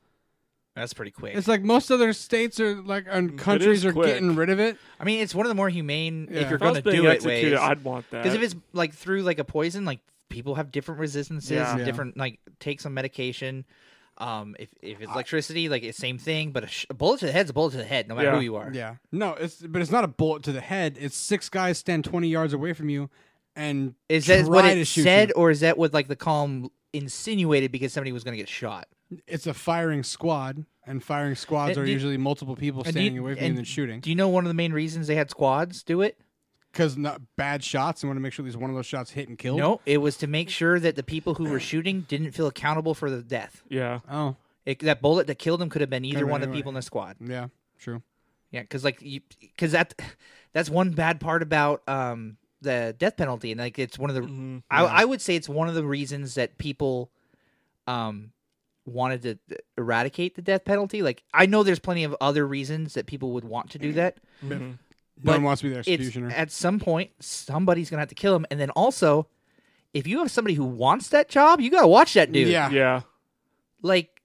Speaker 4: That's pretty quick.
Speaker 3: It's like most other states are like, and countries
Speaker 5: is
Speaker 3: are
Speaker 5: quick.
Speaker 3: getting rid of it.
Speaker 4: I mean, it's one of the more humane
Speaker 3: Yeah.
Speaker 4: if you're
Speaker 5: if I
Speaker 4: going
Speaker 5: was
Speaker 4: to
Speaker 5: being
Speaker 4: do it ways.
Speaker 5: executed, I'd want that.
Speaker 4: Because if it's like through like a poison, like people have different resistances,
Speaker 5: Yeah.
Speaker 4: and
Speaker 3: Yeah.
Speaker 4: different like take some medication. Um, if if it's electricity, like it's same thing, but a, sh- a bullet to the head's a bullet to the head, no matter
Speaker 5: Yeah.
Speaker 4: who you are.
Speaker 3: Yeah. No, it's but it's not a bullet to the head. It's six guys stand twenty yards away from you and
Speaker 4: Is that what
Speaker 3: try
Speaker 4: it
Speaker 3: to shoot
Speaker 4: said,
Speaker 3: you.
Speaker 4: or is that what like the column insinuated because somebody was going to get shot?
Speaker 3: It's a firing squad, and firing squads
Speaker 4: And
Speaker 3: are
Speaker 4: Uh, do-
Speaker 3: usually multiple people
Speaker 4: and do
Speaker 3: standing
Speaker 4: you-
Speaker 3: away from you
Speaker 4: and
Speaker 3: and then shooting
Speaker 4: Do you know one of the main reasons they had squads do it?
Speaker 3: because not bad shots. and want to make sure at least one of those shots hit and killed.
Speaker 4: No, it was to make sure that the people who were shooting didn't feel accountable for the death.
Speaker 5: yeah,
Speaker 3: Oh,
Speaker 4: It, that bullet that killed them could have been either
Speaker 3: been
Speaker 4: one of the
Speaker 3: anyone.
Speaker 4: people in the squad.
Speaker 3: yeah, true.
Speaker 4: Yeah, because like you, because that that's one bad part about um the death penalty, and like it's one of the
Speaker 5: Mhm.
Speaker 4: I, I would say it's one of the reasons that people um wanted to e, eradicate the death penalty. Like I know there's plenty of other reasons that people would want to do that.
Speaker 5: Mhm.
Speaker 3: No
Speaker 4: But
Speaker 3: one wants to be the
Speaker 4: It's
Speaker 3: executioner.
Speaker 4: at some point somebody's gonna have to kill him, and then also if you have somebody who wants that job, you gotta watch that dude.
Speaker 3: yeah.
Speaker 5: yeah.
Speaker 4: like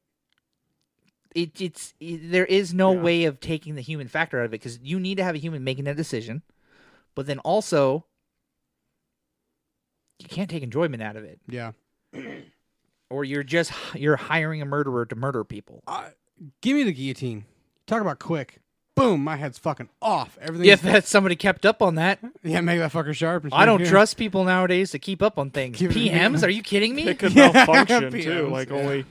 Speaker 4: it, it's it- there is no
Speaker 5: Yeah.
Speaker 4: way of taking the human factor out of it because you need to have a human making that decision, but then also you can't take enjoyment out of it,
Speaker 3: yeah.
Speaker 4: or you're just h- you're hiring a murderer to murder people.
Speaker 3: Uh, give me the guillotine. Talk about quick. Boom, my head's fucking off. Everything.
Speaker 4: If that somebody kept up on that,
Speaker 3: yeah, make that fucker sharp. and
Speaker 4: I don't
Speaker 3: straight here.
Speaker 4: trust people nowadays to keep up on things.
Speaker 3: Give it-
Speaker 4: PMs? Are you kidding me?
Speaker 5: It could
Speaker 3: Yeah,
Speaker 5: malfunction too.
Speaker 3: PMs,
Speaker 5: Like
Speaker 3: yeah.
Speaker 5: only.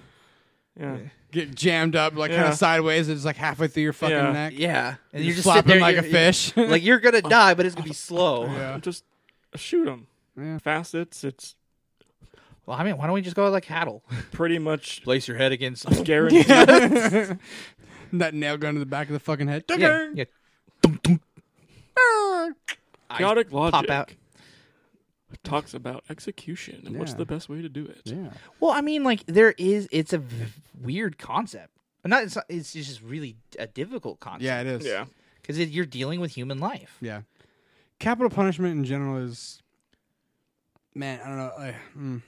Speaker 5: Yeah.
Speaker 3: Get jammed up like kind
Speaker 5: Yeah.
Speaker 3: of sideways. It's like halfway through your fucking
Speaker 5: Yeah.
Speaker 3: neck.
Speaker 4: Yeah, and
Speaker 3: You're
Speaker 4: you're just
Speaker 3: flopping
Speaker 4: sitting there
Speaker 3: like
Speaker 4: you're-
Speaker 3: a fish.
Speaker 4: Like you're gonna die, but it's gonna be slow.
Speaker 3: yeah.
Speaker 5: Just uh, shoot them.
Speaker 3: Yeah.
Speaker 5: Fast. It's it's
Speaker 4: Well, I mean, why don't we just go like Haddle?
Speaker 5: pretty much
Speaker 4: Place your head against
Speaker 5: guaranteed.
Speaker 3: that nail gun to the back of the fucking head.
Speaker 4: Yeah, yeah. Dum, dum. Eyes
Speaker 5: Chaotic logic
Speaker 4: pop out.
Speaker 5: talks about execution and what's
Speaker 3: Yeah.
Speaker 5: the best way to do it.
Speaker 3: Yeah.
Speaker 4: Well, I mean, like there is. It's a v- weird concept. Not. It's, not, it's just really a difficult concept.
Speaker 3: Yeah, it is.
Speaker 5: Yeah.
Speaker 4: Because you're dealing with human life.
Speaker 3: Yeah. Capital punishment in general is, man, I don't know. I, mm,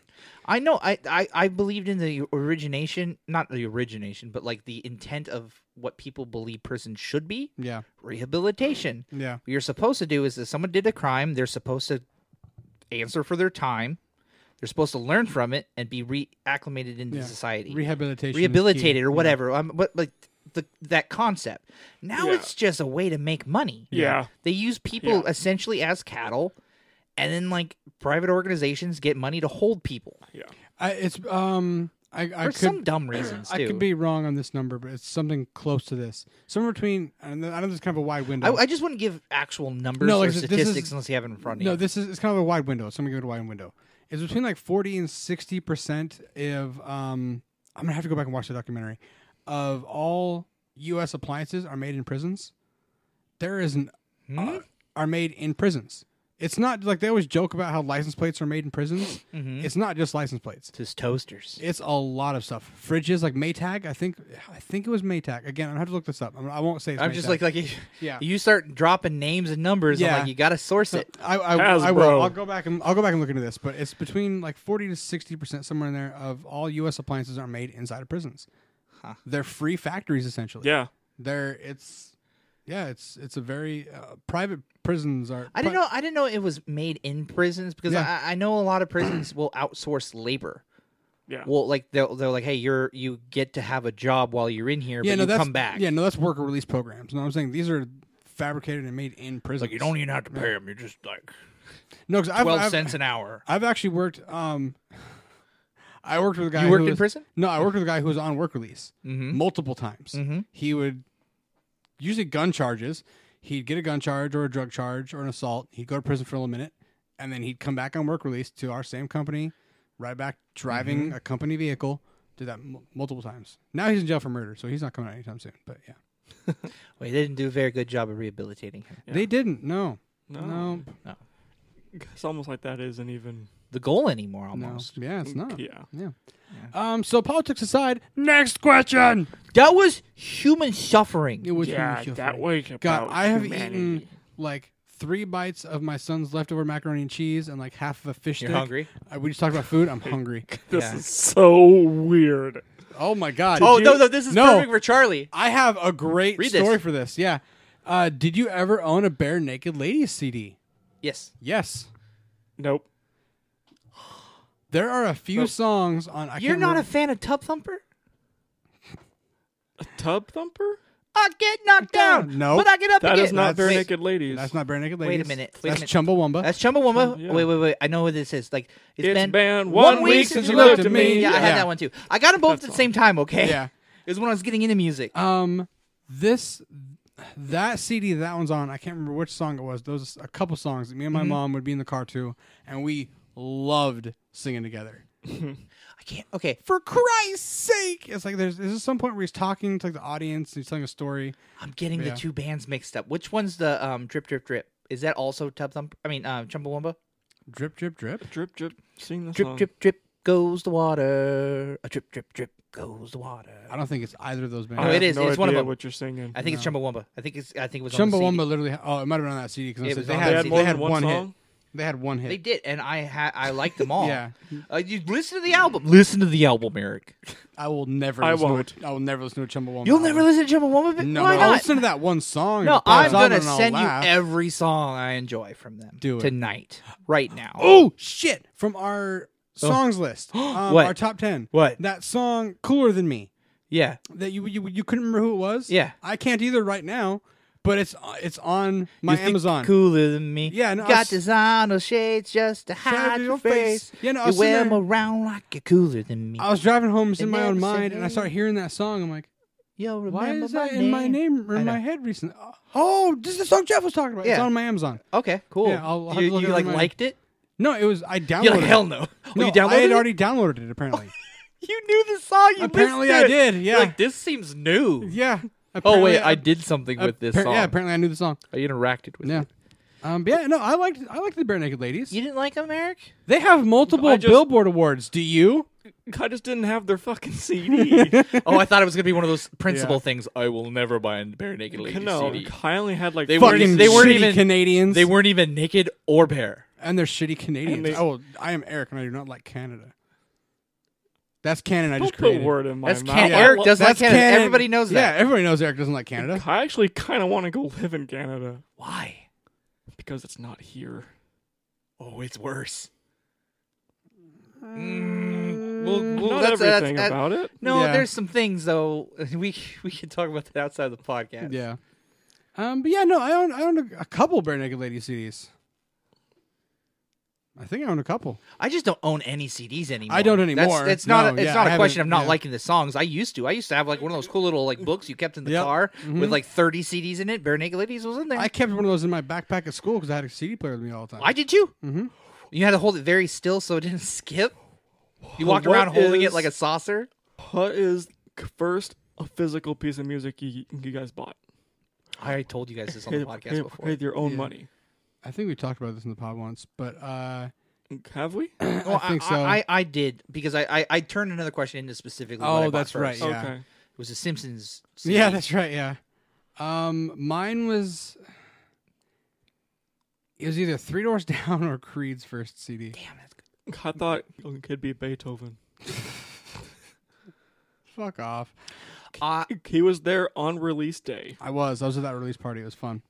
Speaker 4: I know. I, I I believed in the origination, not the origination, but like the intent of what people believe person should be
Speaker 3: yeah.
Speaker 4: rehabilitation.
Speaker 3: Yeah.
Speaker 4: What you're supposed to do is if someone did a crime, they're supposed to answer for their time. They're supposed to learn from it and be reacclimated into
Speaker 3: Yeah.
Speaker 4: society.
Speaker 3: Rehabilitation. is key.
Speaker 4: rehabilitated or
Speaker 3: Yeah.
Speaker 4: whatever. Um, but like the that concept. Now
Speaker 5: Yeah.
Speaker 4: it's just a way to make money.
Speaker 5: Yeah.
Speaker 4: They use people essentially as cattle, and then like private organizations get money to hold people
Speaker 3: I, it's um. I, I
Speaker 4: for
Speaker 3: could
Speaker 4: some dumb reasons too.
Speaker 3: I could be wrong on this number, but it's something close to this. Somewhere between. I don't know I know this is kind of a wide
Speaker 4: I,
Speaker 3: window.
Speaker 4: I just wouldn't give actual numbers
Speaker 3: No,
Speaker 4: or
Speaker 3: like, this is-
Speaker 4: statistics unless you have it in front of
Speaker 3: no,
Speaker 4: you.
Speaker 3: this is it's kind of a wide window. So I'm gonna give it a wide window. It's between like 40 and 60 percent of um. I'm gonna have to go back and watch the documentary. Of all U.S. appliances are made in prisons. There is an
Speaker 4: Hmm?
Speaker 3: uh, are made in prisons. It's not like they always joke about how license plates are made in prisons.
Speaker 4: Mm-hmm.
Speaker 3: It's not just license plates.
Speaker 4: It's his toasters.
Speaker 3: It's a lot of stuff. Fridges like Maytag. I think I think it was Maytag. Again, I'm gonna have to look this up. I'm, I won't say. It's
Speaker 4: I'm just
Speaker 3: Maytag.
Speaker 4: like like
Speaker 3: Yeah.
Speaker 4: You start dropping names and numbers.
Speaker 3: Yeah.
Speaker 4: I'm like you got to source it.
Speaker 3: I, I, I
Speaker 5: Hasbro.
Speaker 3: will. I'll go back and I'll go back and look into this. But it's between like forty to sixty percent somewhere in there of all U.S. appliances are made inside of prisons. They're free factories essentially.
Speaker 5: Yeah.
Speaker 3: They're it's yeah it's it's a very uh, private prisons are.
Speaker 4: I didn't know. I didn't know it was made in prisons because
Speaker 3: Yeah.
Speaker 4: I, I know a lot of prisons will outsource labor.
Speaker 5: Yeah.
Speaker 4: Well, like they'll they're like, hey, you're you get to have a job while you're in here,
Speaker 3: Yeah,
Speaker 4: but
Speaker 3: no,
Speaker 4: you
Speaker 3: that's
Speaker 4: come back.
Speaker 3: Yeah, no, that's worker release programs. No, I'm saying these are fabricated and made in prisons.
Speaker 4: Like you don't even have to pay them. You're just like
Speaker 3: no, 'cause I've,
Speaker 4: 12
Speaker 3: I've,
Speaker 4: cents an hour.
Speaker 3: I've actually worked. Um, I worked with a guy.
Speaker 4: You worked
Speaker 3: who
Speaker 4: in Hmm?
Speaker 3: was-
Speaker 4: prison? Mm-hmm.
Speaker 3: No, I worked with a guy who was on work release multiple times. He would usually gun charges. He'd get a gun charge or a drug charge or an assault. He'd go to prison for a little minute, and then he'd come back on work release to our same company, right back driving a company vehicle. Did that m- multiple times. Now he's in jail for murder, so he's not coming out anytime soon. But yeah,
Speaker 4: Well, they didn't do a very good job of rehabilitating him.
Speaker 3: they didn't. No, no,
Speaker 5: It's almost like that isn't even.
Speaker 4: The goal anymore,
Speaker 3: no.
Speaker 4: almost.
Speaker 3: Yeah, it's not.
Speaker 5: Yeah.
Speaker 3: Yeah. Um. So politics aside, next question.
Speaker 4: That was human suffering.
Speaker 3: It was
Speaker 6: Yeah,
Speaker 3: human
Speaker 6: that
Speaker 3: suffering.
Speaker 6: was
Speaker 3: God,
Speaker 6: about
Speaker 3: I have
Speaker 6: humanity.
Speaker 3: eaten like three bites of my son's leftover macaroni and cheese and like half of a fish
Speaker 4: You're
Speaker 3: stick.
Speaker 4: hungry?
Speaker 3: Uh, we just talked about food. I'm hungry.
Speaker 5: This
Speaker 4: Yeah.
Speaker 5: is so weird.
Speaker 3: oh my god.
Speaker 4: oh
Speaker 3: Did
Speaker 4: no,
Speaker 3: you-
Speaker 4: no, this is
Speaker 3: No.
Speaker 4: perfect for Charlie.
Speaker 3: I have a great
Speaker 4: Read this.
Speaker 3: story for this. Yeah. Uh, did you ever own a bare naked ladies CD?
Speaker 4: Yes.
Speaker 3: Yes.
Speaker 5: Nope.
Speaker 3: There are a few songs on. I
Speaker 4: You're
Speaker 3: can't
Speaker 4: not a
Speaker 3: remember-
Speaker 4: fan of Tub Thumper?
Speaker 5: A tub thumper?
Speaker 4: I get knocked
Speaker 3: Down.
Speaker 4: down.
Speaker 3: Nope.
Speaker 4: But I get up
Speaker 5: That
Speaker 4: again.
Speaker 5: is not
Speaker 3: that's-
Speaker 5: bare
Speaker 3: wait.
Speaker 5: naked ladies.
Speaker 3: That's not bare naked
Speaker 4: Wait a
Speaker 3: ladies.
Speaker 4: minute, wait a
Speaker 3: That's
Speaker 4: minute.
Speaker 3: Chumbawamba.
Speaker 4: That's Chumbawamba.
Speaker 5: yeah.
Speaker 4: Wait, wait, wait. I know what this is. Like
Speaker 5: It's
Speaker 4: been,
Speaker 5: been one week
Speaker 3: since you looked at me.
Speaker 4: Yeah, I had
Speaker 3: Yeah.
Speaker 4: that one too. I got them both at the
Speaker 5: That's
Speaker 4: same time. Okay.
Speaker 3: yeah.
Speaker 4: It was when I was getting into music.
Speaker 3: Um, this that CD that one's on. I can't remember which song it was. Those a couple songs. that Me and my mom would be in the car too, and we loved singing together.
Speaker 4: I can't. Okay.
Speaker 3: For Christ's sake! It's like there's there's some point where he's talking to like the audience. And he's telling a story.
Speaker 4: I'm getting
Speaker 3: Yeah.
Speaker 4: the two bands mixed up. Which one's the um drip drip drip? Is that also Tub Thumper? I mean, uh, Chumbawamba.
Speaker 3: Drip, drip, drip.
Speaker 5: Drip, drip. Sing the
Speaker 4: Drip
Speaker 3: Uh-huh.
Speaker 5: song.
Speaker 4: drip drip goes the water. A drip drip drip goes the water.
Speaker 3: I don't think it's either of those
Speaker 5: I
Speaker 4: Oh,
Speaker 5: have
Speaker 4: it
Speaker 3: bands.
Speaker 4: is,
Speaker 5: No
Speaker 4: it's one of
Speaker 5: idea
Speaker 4: them.
Speaker 5: What you're singing?
Speaker 4: I think it's Chumbawamba. I think it's. I think it was. on the CD.
Speaker 3: Chumbawamba literally. Oh, it might have been on that CD
Speaker 4: It
Speaker 3: because
Speaker 4: was
Speaker 3: they
Speaker 4: on
Speaker 3: had
Speaker 4: that
Speaker 3: they
Speaker 4: CD.
Speaker 3: had
Speaker 5: More
Speaker 3: one,
Speaker 5: than one
Speaker 3: hit.
Speaker 5: song?
Speaker 3: They had one hit.
Speaker 4: They did, and I had. I liked them all.
Speaker 3: Yeah.
Speaker 4: Uh, you listen to the album. Listen to the album, Eric.
Speaker 3: I will never.
Speaker 5: I
Speaker 3: listen to
Speaker 5: won't.
Speaker 3: a- I will never listen to a Chumbawamba.
Speaker 4: You'll never
Speaker 3: album.
Speaker 4: listen to Chumbawamba. but
Speaker 3: Oh, No,
Speaker 4: why
Speaker 3: I'll
Speaker 4: not?
Speaker 3: listen to that one song.
Speaker 4: No,
Speaker 3: if it
Speaker 4: I'm
Speaker 3: pops on
Speaker 4: gonna
Speaker 3: and I'll
Speaker 4: send
Speaker 3: laugh.
Speaker 4: you every song I enjoy from them
Speaker 3: Do it.
Speaker 4: tonight, right now.
Speaker 3: Oh shit! From our songs list, um,
Speaker 4: Oh. What?
Speaker 3: our top ten.
Speaker 4: What?
Speaker 3: that song? Cooler than me.
Speaker 4: yeah,
Speaker 3: That you you you couldn't remember who it was.
Speaker 4: Yeah.
Speaker 3: I can't either right now. But it's uh, it's on my
Speaker 4: You think
Speaker 3: Amazon.
Speaker 4: Cooler than me.
Speaker 3: Yeah, no, I
Speaker 4: got
Speaker 3: was-
Speaker 4: designer shades just to hide
Speaker 3: your
Speaker 4: your
Speaker 3: face.
Speaker 4: face.
Speaker 3: Yeah, no, I
Speaker 4: you
Speaker 3: was sitting
Speaker 4: wear 'em
Speaker 3: there-
Speaker 4: around like you're cooler than me.
Speaker 3: I was driving home, it's in
Speaker 4: They
Speaker 3: my own
Speaker 4: never said
Speaker 3: mind, and I started hearing that song. I'm like,
Speaker 4: Yo, remember
Speaker 3: why is that
Speaker 4: my
Speaker 3: in my name or
Speaker 4: I
Speaker 3: in my
Speaker 4: know.
Speaker 3: head recently? Oh, this is the song Jeff was talking about. It's
Speaker 4: Yeah.
Speaker 3: on my Amazon.
Speaker 4: Okay, cool.
Speaker 3: Yeah, I'll- I'll have
Speaker 4: you
Speaker 3: to look
Speaker 4: you,
Speaker 3: it up
Speaker 4: like
Speaker 3: on my-
Speaker 4: liked it?
Speaker 3: No, it was I downloaded.
Speaker 4: You're like hell
Speaker 3: it.
Speaker 4: no. Oh,
Speaker 3: No,
Speaker 4: you downloaded
Speaker 3: I had
Speaker 4: it?
Speaker 3: already downloaded it apparently.
Speaker 4: You knew the song. You
Speaker 3: Apparently
Speaker 4: missed
Speaker 3: I
Speaker 4: it.
Speaker 3: did,
Speaker 4: You're
Speaker 3: yeah.
Speaker 4: like this seems new.
Speaker 3: yeah.
Speaker 4: Oh wait,
Speaker 3: Apparently,
Speaker 4: I did something with this
Speaker 3: appar-
Speaker 4: song.
Speaker 3: Yeah, apparently I knew the song.
Speaker 4: I interacted with
Speaker 3: Yeah.
Speaker 4: it.
Speaker 3: Um, but yeah, no, I liked I liked the bare naked ladies.
Speaker 4: You didn't like them, Eric?
Speaker 3: They have multiple
Speaker 5: I just-
Speaker 3: Billboard awards. Do you?
Speaker 5: I just didn't have their fucking CD.
Speaker 4: oh, I thought it was gonna be one of those principal
Speaker 3: Yeah.
Speaker 4: things. I will never buy a bare naked lady
Speaker 5: no,
Speaker 4: CD.
Speaker 5: I only had like
Speaker 4: They
Speaker 5: three
Speaker 4: weren't-
Speaker 3: Fucking
Speaker 4: they weren't
Speaker 3: shitty
Speaker 4: even-
Speaker 3: Canadians.
Speaker 4: They weren't even naked or bare.
Speaker 3: and they're shitty Canadians.
Speaker 5: And they-
Speaker 3: oh, I am Eric, and I do not like Canada. That's canon. I
Speaker 5: Don't
Speaker 3: just
Speaker 5: put
Speaker 3: created.
Speaker 5: word in my
Speaker 4: That's
Speaker 5: mouth.
Speaker 4: can't-
Speaker 5: I
Speaker 4: Eric
Speaker 5: lo-
Speaker 4: doesn't like
Speaker 3: That's
Speaker 4: Canada.
Speaker 3: canon.
Speaker 4: Everybody knows that.
Speaker 3: Yeah, everybody knows Eric doesn't like Canada.
Speaker 5: I actually kind of want to go live in Canada
Speaker 4: Why?
Speaker 5: because it's not here.
Speaker 4: Oh, it's worse.
Speaker 5: not everything about it.
Speaker 4: Mm, No,
Speaker 3: Yeah.
Speaker 4: there's some things though. We we can talk about that outside of the podcast.
Speaker 3: Yeah. Um, but yeah, no, I own I own a, a couple bare naked lady CDs. I think I own a couple.
Speaker 4: I just don't own any CDs anymore.
Speaker 3: I don't anymore.
Speaker 4: That's, it's not.
Speaker 3: No,
Speaker 4: a, it's
Speaker 3: yeah, I
Speaker 4: not a
Speaker 3: haven't-
Speaker 4: question of not
Speaker 3: yeah.
Speaker 4: liking the songs. I used to. I used to have like one of those cool little like books you kept in the
Speaker 3: Yep. Mm-hmm.
Speaker 4: car with like 30 CDs in it. Bare Naked Ladies was in there.
Speaker 3: I kept one of those in my backpack at school because I had a CD player with me all the time.
Speaker 4: I did too. Mm-hmm. You had to hold it very still so it didn't skip. You walked
Speaker 5: What
Speaker 4: around holding
Speaker 5: is-
Speaker 4: it like a saucer.
Speaker 5: What is the first physical piece of music you, you guys bought?
Speaker 4: I already told you guys this on the podcast
Speaker 5: with,
Speaker 4: before.
Speaker 5: with your own
Speaker 3: Yeah.
Speaker 5: money.
Speaker 3: I think we talked about this in the pod once, but uh,
Speaker 5: Have we?
Speaker 4: Well,
Speaker 3: I think so.
Speaker 4: I, I did because I, I, I turned another question into specifically. what I
Speaker 3: Oh,
Speaker 4: bought
Speaker 3: that's
Speaker 4: first.
Speaker 3: right, yeah.
Speaker 5: Okay.
Speaker 4: It was the Simpsons.
Speaker 3: yeah,
Speaker 4: series.
Speaker 3: that's right. Yeah, um, mine was. It was either Three Doors Down or Creed's first CD.
Speaker 4: damn. That's good.
Speaker 5: I thought it could be Beethoven.
Speaker 3: Fuck off.
Speaker 4: Uh,
Speaker 5: He was there on release day.
Speaker 3: I was. I was at that release party. It was fun.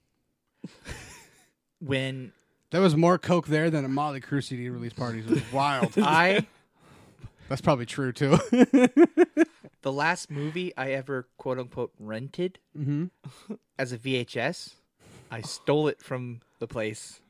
Speaker 4: when
Speaker 3: There was more coke there than at Motley Crue CD release parties. It was wild.
Speaker 4: I
Speaker 3: That's probably true too.
Speaker 4: the last movie I ever quote unquote rented
Speaker 3: mm-hmm.
Speaker 4: as a VHS, I stole it from the place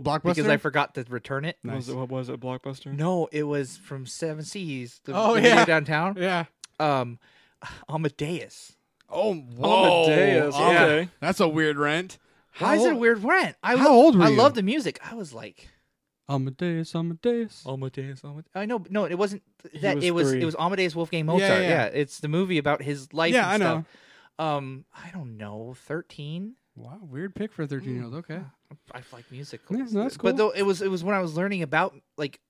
Speaker 3: Block, Blockbuster.
Speaker 4: because I forgot to return it.
Speaker 5: was it, what was it? Blockbuster.
Speaker 4: No, it was from Seven Seas. The,
Speaker 3: Oh,
Speaker 4: the video
Speaker 3: yeah.
Speaker 4: downtown.
Speaker 3: yeah.
Speaker 4: Um, Amadeus.
Speaker 3: Oh,
Speaker 5: Oh,
Speaker 3: whoa.
Speaker 5: Amadeus.
Speaker 3: Oh,
Speaker 5: Okay.
Speaker 3: That's a weird rent.
Speaker 4: Why is it a weird rent? I
Speaker 3: how
Speaker 4: lo-
Speaker 3: old were
Speaker 4: I
Speaker 3: you?
Speaker 4: love the music. I was like
Speaker 3: Amadeus, Amadeus.
Speaker 4: Amadeus. Amadeus. I know, but no, it wasn't th- that.
Speaker 5: was
Speaker 4: it was
Speaker 5: three.
Speaker 4: it was Amadeus Wolfgang Mozart. Yeah,
Speaker 3: yeah.
Speaker 4: it's the movie about his life.
Speaker 3: Yeah,
Speaker 4: and
Speaker 3: I
Speaker 4: stuff. Um, I don't know, thirteen.
Speaker 3: Wow, weird pick for a 13 year old.
Speaker 4: Mm.
Speaker 3: Okay.
Speaker 4: I like music.
Speaker 3: Yeah, no, that's cool.
Speaker 4: But though it was it was when I was learning about like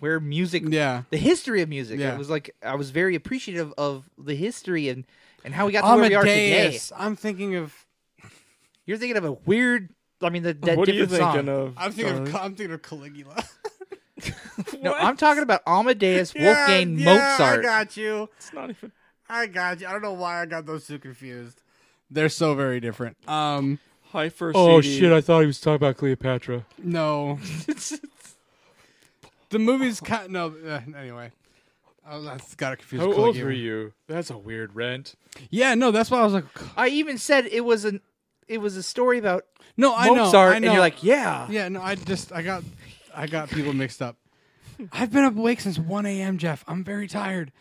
Speaker 4: where music,
Speaker 3: Yeah.
Speaker 4: the history of music.
Speaker 3: Yeah.
Speaker 4: It was like I was very appreciative of the history and and how we got to where we are today.
Speaker 3: Amadeus. I'm thinking of.
Speaker 4: You're thinking of a weird. I mean, the, that
Speaker 5: what are you
Speaker 4: different song.
Speaker 5: thinking of?
Speaker 3: I'm thinking
Speaker 5: Charlie?
Speaker 3: of. I'm thinking of Caligula.
Speaker 4: No, I'm talking about Amadeus Wolfgang Mozart.
Speaker 3: I got you.
Speaker 6: It's not even.
Speaker 3: I got you. I don't know why I got those two confused. They're so very different. Um,
Speaker 5: High first.
Speaker 6: Oh
Speaker 5: CD.
Speaker 6: shit! I thought he was talking about Cleopatra.
Speaker 3: no, the movie's cut. No, uh, anyway, I was, I just got confused.
Speaker 6: How
Speaker 3: with
Speaker 6: old
Speaker 3: Caligula.
Speaker 6: were you? That's a weird rent.
Speaker 3: Yeah, no, that's why I was like,
Speaker 4: I even said it was an it was a story about
Speaker 3: no, I know,
Speaker 4: Mozart,
Speaker 3: I know.
Speaker 4: and you're like, yeah.
Speaker 3: yeah, no, I just, I got, I got people mixed up. I've been up awake since 1 a.m., Jeff. I'm very tired.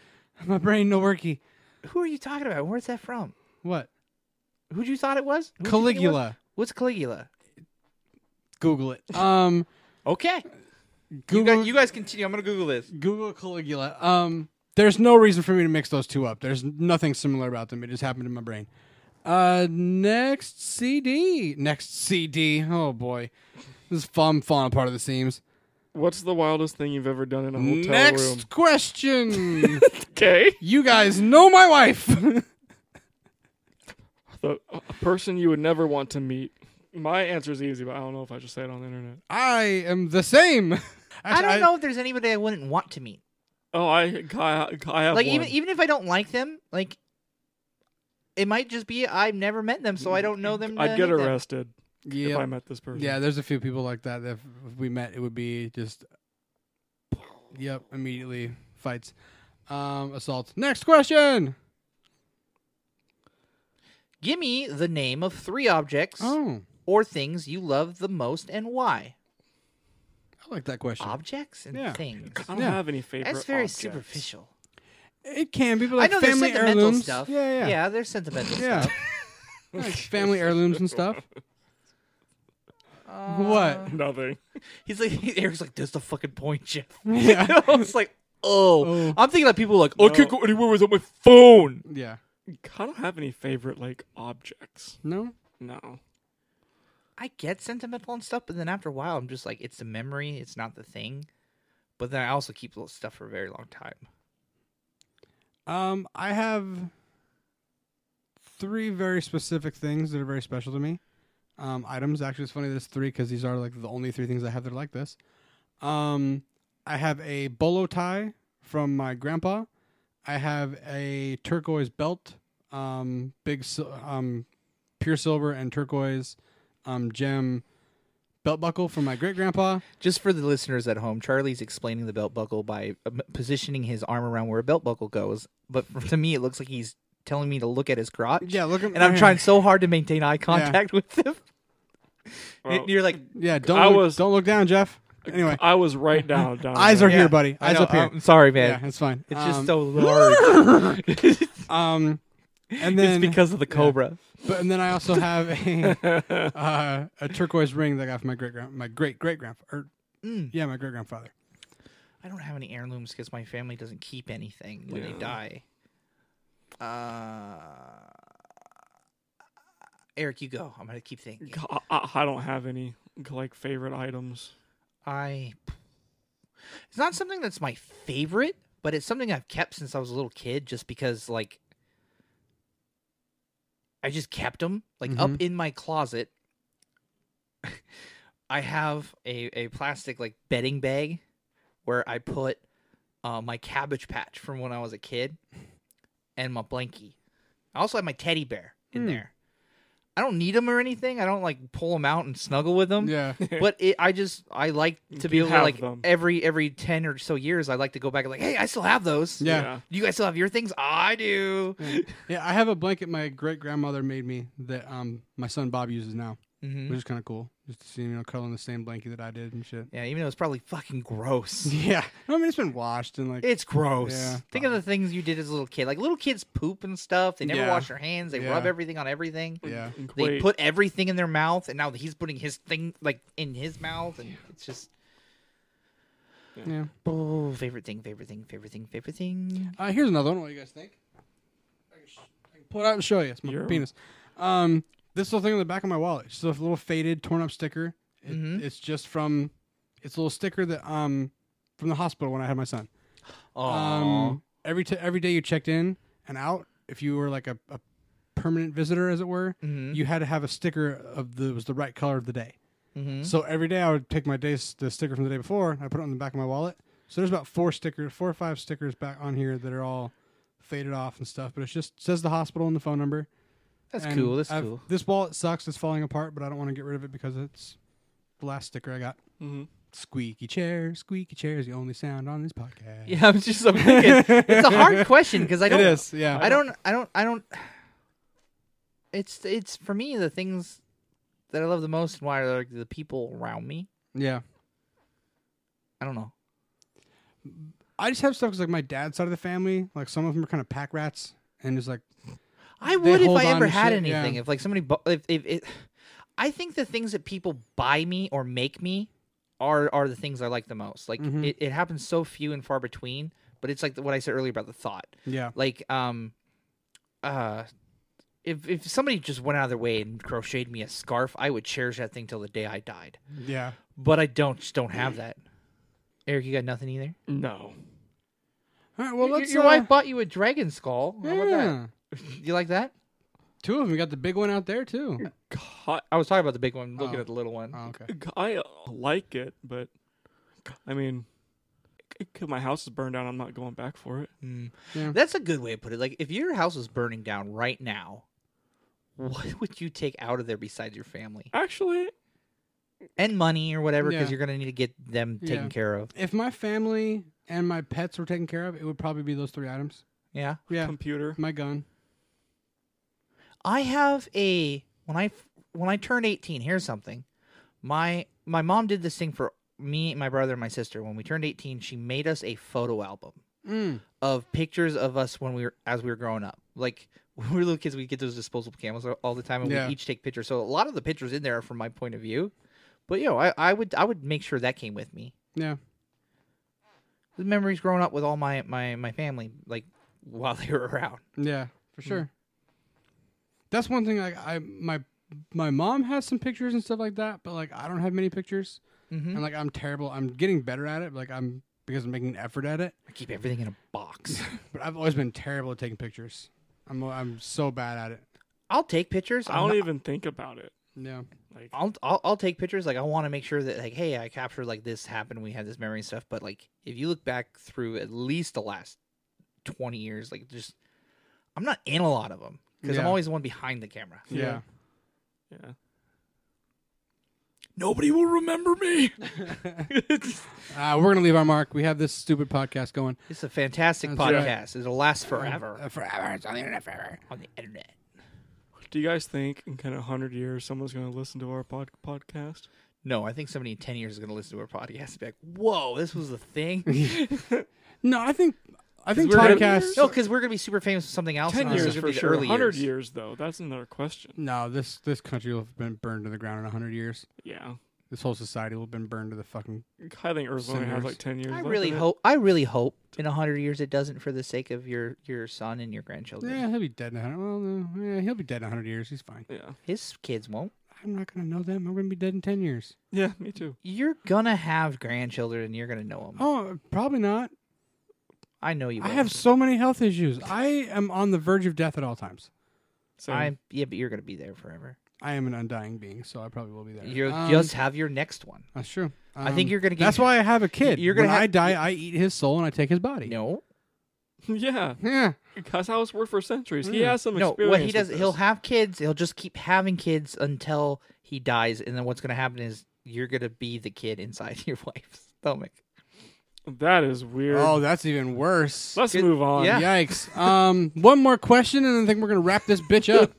Speaker 3: My brain no worky.
Speaker 4: Who are you talking about? Where's that from?
Speaker 3: What?
Speaker 4: Who'd you thought it was? Who'd you think it was?
Speaker 3: Caligula.
Speaker 4: What's Caligula?
Speaker 3: Google it. Um,
Speaker 4: Okay. You
Speaker 3: Google
Speaker 4: guys, you guys continue. I'm gonna Google this.
Speaker 3: Google Caligula. Um, there's no reason for me to mix those two up. There's nothing similar about them. It just happened in my brain. Uh, next CD. Next CD. Oh boy, this is fun falling apart of the seams.
Speaker 5: What's the wildest thing you've ever done in a hotel
Speaker 3: next
Speaker 5: room?
Speaker 3: question.
Speaker 5: Okay.
Speaker 3: you guys know my wife.
Speaker 5: The, a person you would never want to meet. My answer is easy, but I don't know if I should say it on the internet.
Speaker 3: I am the same.
Speaker 4: I
Speaker 3: Actually,
Speaker 4: don't know if there's anybody I wouldn't want to meet.
Speaker 5: Oh, I, I, I have
Speaker 4: Like
Speaker 5: one.
Speaker 4: even even if I don't like them, like it might just be I've never met them, so I don't know them. to
Speaker 5: I'd get
Speaker 4: hate them.
Speaker 5: arrested if
Speaker 3: Yeah,
Speaker 5: I met this person.
Speaker 3: yeah. There's a few people like that. That if we met, it would be just. Yep, immediately fights, um, assault. Next question.
Speaker 4: Give me the name of three objects
Speaker 3: Oh,
Speaker 4: or things you love the most and why.
Speaker 3: I like that question.
Speaker 4: Objects and
Speaker 3: Yeah.
Speaker 4: things.
Speaker 5: I don't
Speaker 3: Yeah.
Speaker 5: have any favorite.
Speaker 4: That's very
Speaker 5: objects.
Speaker 4: superficial.
Speaker 3: It can be, but
Speaker 4: I
Speaker 3: like
Speaker 4: know there's
Speaker 3: family
Speaker 4: sentimental
Speaker 3: heirlooms.
Speaker 4: stuff.
Speaker 3: Yeah, yeah,
Speaker 4: Yeah, there's sentimental
Speaker 3: yeah.
Speaker 4: stuff.
Speaker 3: like family heirlooms and stuff.
Speaker 4: Uh,
Speaker 3: What?
Speaker 5: Nothing.
Speaker 4: He's like, Eric's like, that's the fucking point, Jeff.
Speaker 3: Yeah.
Speaker 4: I was like, oh.
Speaker 3: Oh.
Speaker 4: I'm thinking of people like,
Speaker 5: No.
Speaker 4: I can't go anywhere without my phone.
Speaker 3: Yeah.
Speaker 5: I don't have any favorite like objects.
Speaker 3: No.
Speaker 5: No.
Speaker 4: I get sentimental and stuff, but then after a while, I'm just like, it's the memory, it's not the thing. But then I also keep little stuff for a very long time.
Speaker 3: Um, I have three very specific things that are very special to me. Um, items. Actually, it's funny. There's three because these are like the only three things I have that are like this. Um, I have a bolo tie from my grandpa. I have a turquoise belt, um, big, sil- um, pure silver and turquoise, um, gem belt buckle from my great grandpa.
Speaker 4: Just for the listeners at home, Charlie's explaining the belt buckle by um, positioning his arm around where a belt buckle goes. But for- to me, it looks like he's telling me to look at his crotch.
Speaker 3: Yeah, look at
Speaker 4: And I'm trying so hard to maintain eye contact with him.
Speaker 5: Well,
Speaker 4: and you're like,
Speaker 3: Yeah, don't
Speaker 5: I
Speaker 3: look,
Speaker 5: was-
Speaker 3: don't look down, Jeff. Anyway,
Speaker 5: I was right down. down
Speaker 3: eyes are
Speaker 5: there.
Speaker 4: Oh, Yeah,
Speaker 3: here, buddy.
Speaker 4: I
Speaker 3: Eyes
Speaker 4: know,
Speaker 3: up here.
Speaker 4: I'm sorry, man.
Speaker 3: yeah, it's fine.
Speaker 4: It's just
Speaker 3: Um,
Speaker 4: so large.
Speaker 3: Um, and then
Speaker 4: it's because of the cobra.
Speaker 3: but, and then I also have a uh, a turquoise ring that I got from my great grand my great great grandfather.
Speaker 4: Mm.
Speaker 3: Yeah, my great grandfather.
Speaker 4: I don't have any heirlooms because my family doesn't keep anything when they die. Uh, Eric, you go. I'm gonna keep thinking.
Speaker 5: I, I, I don't have any like favorite items.
Speaker 4: I. It's not something that's my favorite, but it's something I've kept since I was a little kid, just because like. I just kept them like up in my closet. I have a a plastic like bedding bag, where I put, uh, my cabbage patch from when I was a kid, and my blankie. I also have my teddy bear in
Speaker 3: Hmm.
Speaker 4: there. I don't need them or anything. I don't like pull them out and snuggle with them
Speaker 3: Yeah.
Speaker 4: but it, I just I like to be
Speaker 5: You
Speaker 4: able to
Speaker 5: have
Speaker 4: like
Speaker 5: them.
Speaker 4: every every ten or so years I like to go back and like hey I still have those
Speaker 3: Yeah. Mm.
Speaker 4: you guys still have your things I do
Speaker 3: Yeah, I have a blanket my great grandmother made me that um my son Bob uses now,
Speaker 4: hmm
Speaker 3: which is kind of cool. Just to see him, you know, curl in the same blanket that I did and shit.
Speaker 4: yeah even though it's probably fucking gross
Speaker 3: Yeah, no, I mean it's been washed and like
Speaker 4: it's gross
Speaker 3: Yeah,
Speaker 4: think of the things you did as a little kid like little kids poop and stuff they never
Speaker 3: Yeah.
Speaker 4: wash their hands they rub
Speaker 3: Yeah.
Speaker 4: everything on everything
Speaker 3: yeah,
Speaker 4: they
Speaker 5: Wait,
Speaker 4: put everything in their mouth and now he's putting his thing like in his mouth and it's just
Speaker 3: yeah.
Speaker 4: oh favorite thing favorite thing favorite thing favorite thing
Speaker 3: Uh, here's another one. What do you guys think? I can, sh- I can pull it out and show you. It's my
Speaker 5: Your-
Speaker 3: penis. Um, this little thing on the back of my wallet. It's just a little faded, torn up sticker. It, It's just from. It's a little sticker that um from the hospital when I had my son.
Speaker 4: Aw.
Speaker 3: Um, every t- every day you checked in and out, if you were like a, a permanent visitor, as it were,
Speaker 4: Mhm.
Speaker 3: you had to have a sticker of the was the right color of the day.
Speaker 4: Mhm.
Speaker 3: So every day I would take my day's the sticker from the day before, and I put it on the back of my wallet. So there's about four stickers, four or five stickers back on here that are all faded off and stuff. But it's just says the hospital and the phone number.
Speaker 4: that's
Speaker 3: And
Speaker 4: cool that's
Speaker 3: I've-
Speaker 4: cool
Speaker 3: This wallet sucks; it's falling apart, but I don't want to get rid of it because it's the last sticker I got.
Speaker 5: Mhm.
Speaker 3: Squeaky chair, squeaky chair is the only sound on this podcast.
Speaker 4: Yeah, I'm just I'm thinking. it's a hard question because I
Speaker 3: it
Speaker 4: don't.
Speaker 3: is. Yeah,
Speaker 4: I don't. I don't. I don't. It's it's for me the things that I love the most and why are like, the people around me.
Speaker 3: Yeah,
Speaker 4: I don't know.
Speaker 3: I just have stuff because like my dad's side of the family, like some of them are kind of pack rats, and it's like
Speaker 4: I
Speaker 3: They
Speaker 4: would if
Speaker 3: hold
Speaker 4: I
Speaker 3: on
Speaker 4: ever
Speaker 3: to
Speaker 4: had
Speaker 3: shit, yeah.
Speaker 4: anything. If like somebody, bu- if, if it, I think the things that people buy me or make me are are the things I like the most. Like
Speaker 3: Mhm.
Speaker 4: it, it happens so few and far between. But it's like what I said earlier about the thought.
Speaker 3: yeah,
Speaker 4: like um uh if if somebody just went out of their way and crocheted me a scarf i would cherish that thing till the day i died
Speaker 3: yeah.
Speaker 4: but i don't just don't have that eric you got nothing either
Speaker 3: Mm-hmm.
Speaker 5: No.
Speaker 3: All right, well,
Speaker 4: your,
Speaker 3: let's.
Speaker 4: your
Speaker 3: uh,
Speaker 4: wife bought you a dragon skull how about that
Speaker 3: yeah.
Speaker 4: you like that
Speaker 3: Two of them. You got the big one out there too.
Speaker 5: I,
Speaker 4: i was talking about the big one looking
Speaker 3: Oh.
Speaker 4: at the little one
Speaker 3: Oh, okay.
Speaker 5: I uh, like it, but I mean, c- my house is burned down. I'm not going back for it.
Speaker 4: Mm.
Speaker 3: Yeah.
Speaker 4: that's a good way to put it like if your house was burning down right now what would you take out of there besides your family
Speaker 5: Actually,
Speaker 4: and money or whatever because
Speaker 3: Yeah.
Speaker 4: you're gonna need to get them taken
Speaker 3: Yeah.
Speaker 4: care of
Speaker 3: If my family and my pets were taken care of, it would probably be those three items.
Speaker 4: yeah
Speaker 3: Yeah,
Speaker 5: computer.
Speaker 3: my gun.
Speaker 4: I have a when I when I turned 18, here's something. My my mom did this thing for me, my brother, and my sister. When we turned 18, she made us a photo album
Speaker 3: Mm.
Speaker 4: of pictures of us when we were as we were growing up. Like when we were little kids, we get those disposable cameras all the time, and
Speaker 3: Yeah.
Speaker 4: we each take pictures. So a lot of the pictures in there are from my point of view. But you know, I, I would I would make sure that came with me.
Speaker 3: Yeah.
Speaker 4: The memories growing up with all my my my family, like while they were around.
Speaker 3: Yeah, for sure. That's one thing. Like I, my my mom has some pictures and stuff like that, but like I don't have many pictures,
Speaker 4: Mm-hmm.
Speaker 3: and like I'm terrible. I'm getting better at it. but, Like I'm because I'm making an effort at it,
Speaker 4: I keep everything in a box.
Speaker 3: but I've always been terrible at taking pictures. I'm I'm so bad at it.
Speaker 4: I'll take pictures.
Speaker 5: I
Speaker 4: I'm
Speaker 5: don't
Speaker 4: not-
Speaker 5: even think about it.
Speaker 3: Yeah.
Speaker 5: Like,
Speaker 4: I'll, I'll I'll take pictures. Like I want to make sure that like, hey, I captured like this happened. We had this memory and stuff. But like, if you look back through at least the last twenty years, like just I'm not in a lot of them because I'm
Speaker 3: Yeah.
Speaker 4: always the one behind the camera.
Speaker 3: Yeah.
Speaker 5: Yeah. yeah.
Speaker 4: Nobody will remember me.
Speaker 3: Uh, we're gonna leave our mark. We have this stupid podcast going
Speaker 4: It's a fantastic
Speaker 3: That's right.
Speaker 4: podcast. It'll last forever
Speaker 3: Uh, forever. It's on the internet forever.
Speaker 4: on the internet.
Speaker 5: Do you guys think in kind of 100 years someone's going to listen to our pod- podcast?
Speaker 4: No, I think somebody in ten years is gonna listen to our podcast and be like, "Whoa, this was a thing."
Speaker 3: No, I think I think
Speaker 5: we're gonna-
Speaker 3: podcasts.
Speaker 4: no, because we're gonna be super famous with something else.
Speaker 5: 10
Speaker 4: and this
Speaker 5: years
Speaker 4: is
Speaker 5: for
Speaker 4: gonna be the
Speaker 5: sure.
Speaker 4: Early
Speaker 5: 100
Speaker 4: years.
Speaker 5: years. though. That's another question.
Speaker 3: No, this this country will have been burned to the ground in hundred years.
Speaker 5: Yeah.
Speaker 3: This whole society will have been burned to the fucking.
Speaker 5: I think Earth only has
Speaker 3: Cinders.
Speaker 5: like ten years.
Speaker 4: I
Speaker 5: left
Speaker 4: really
Speaker 5: in it.
Speaker 4: hope. I really hope in a hundred years it doesn't, for the sake of your your son and your grandchildren.
Speaker 3: Yeah, he'll be dead in a hundred. Well, no, yeah, he'll be dead in a hundred years. He's fine.
Speaker 5: Yeah.
Speaker 4: His kids won't.
Speaker 3: I'm not gonna know them. I'm gonna be dead in ten years.
Speaker 5: Yeah. Me too.
Speaker 4: You're gonna have grandchildren, and you're gonna know them.
Speaker 3: Oh, probably not.
Speaker 4: I know you.
Speaker 3: I
Speaker 4: will.
Speaker 3: have so many health issues. I am on the verge of death at all times.
Speaker 5: Same.
Speaker 4: I yeah, but you're gonna be there forever.
Speaker 3: I am an undying being, so I probably will be there.
Speaker 4: You'll
Speaker 3: Um,
Speaker 4: just have your next one.
Speaker 3: That's true.
Speaker 4: I think
Speaker 3: Um,
Speaker 4: you're gonna get.
Speaker 3: That's why I have a kid.
Speaker 4: You're gonna
Speaker 3: when
Speaker 4: ha-
Speaker 3: I die, I eat his soul and I take his body.
Speaker 4: No,
Speaker 5: yeah.
Speaker 3: Yeah.
Speaker 5: That's how it's worked for centuries. He
Speaker 3: Yeah.
Speaker 5: has some
Speaker 4: no.
Speaker 5: experience.
Speaker 4: What he
Speaker 5: with
Speaker 4: does,
Speaker 5: this.
Speaker 4: he'll have kids. He'll just keep having kids until he dies, and then what's gonna happen is you're gonna be the kid inside your wife's stomach.
Speaker 5: That is weird.
Speaker 3: Oh, that's even worse.
Speaker 5: Let's
Speaker 4: good-
Speaker 5: move on.
Speaker 4: yeah.
Speaker 3: Yikes. Um, one more question, and I think we're gonna wrap this bitch up.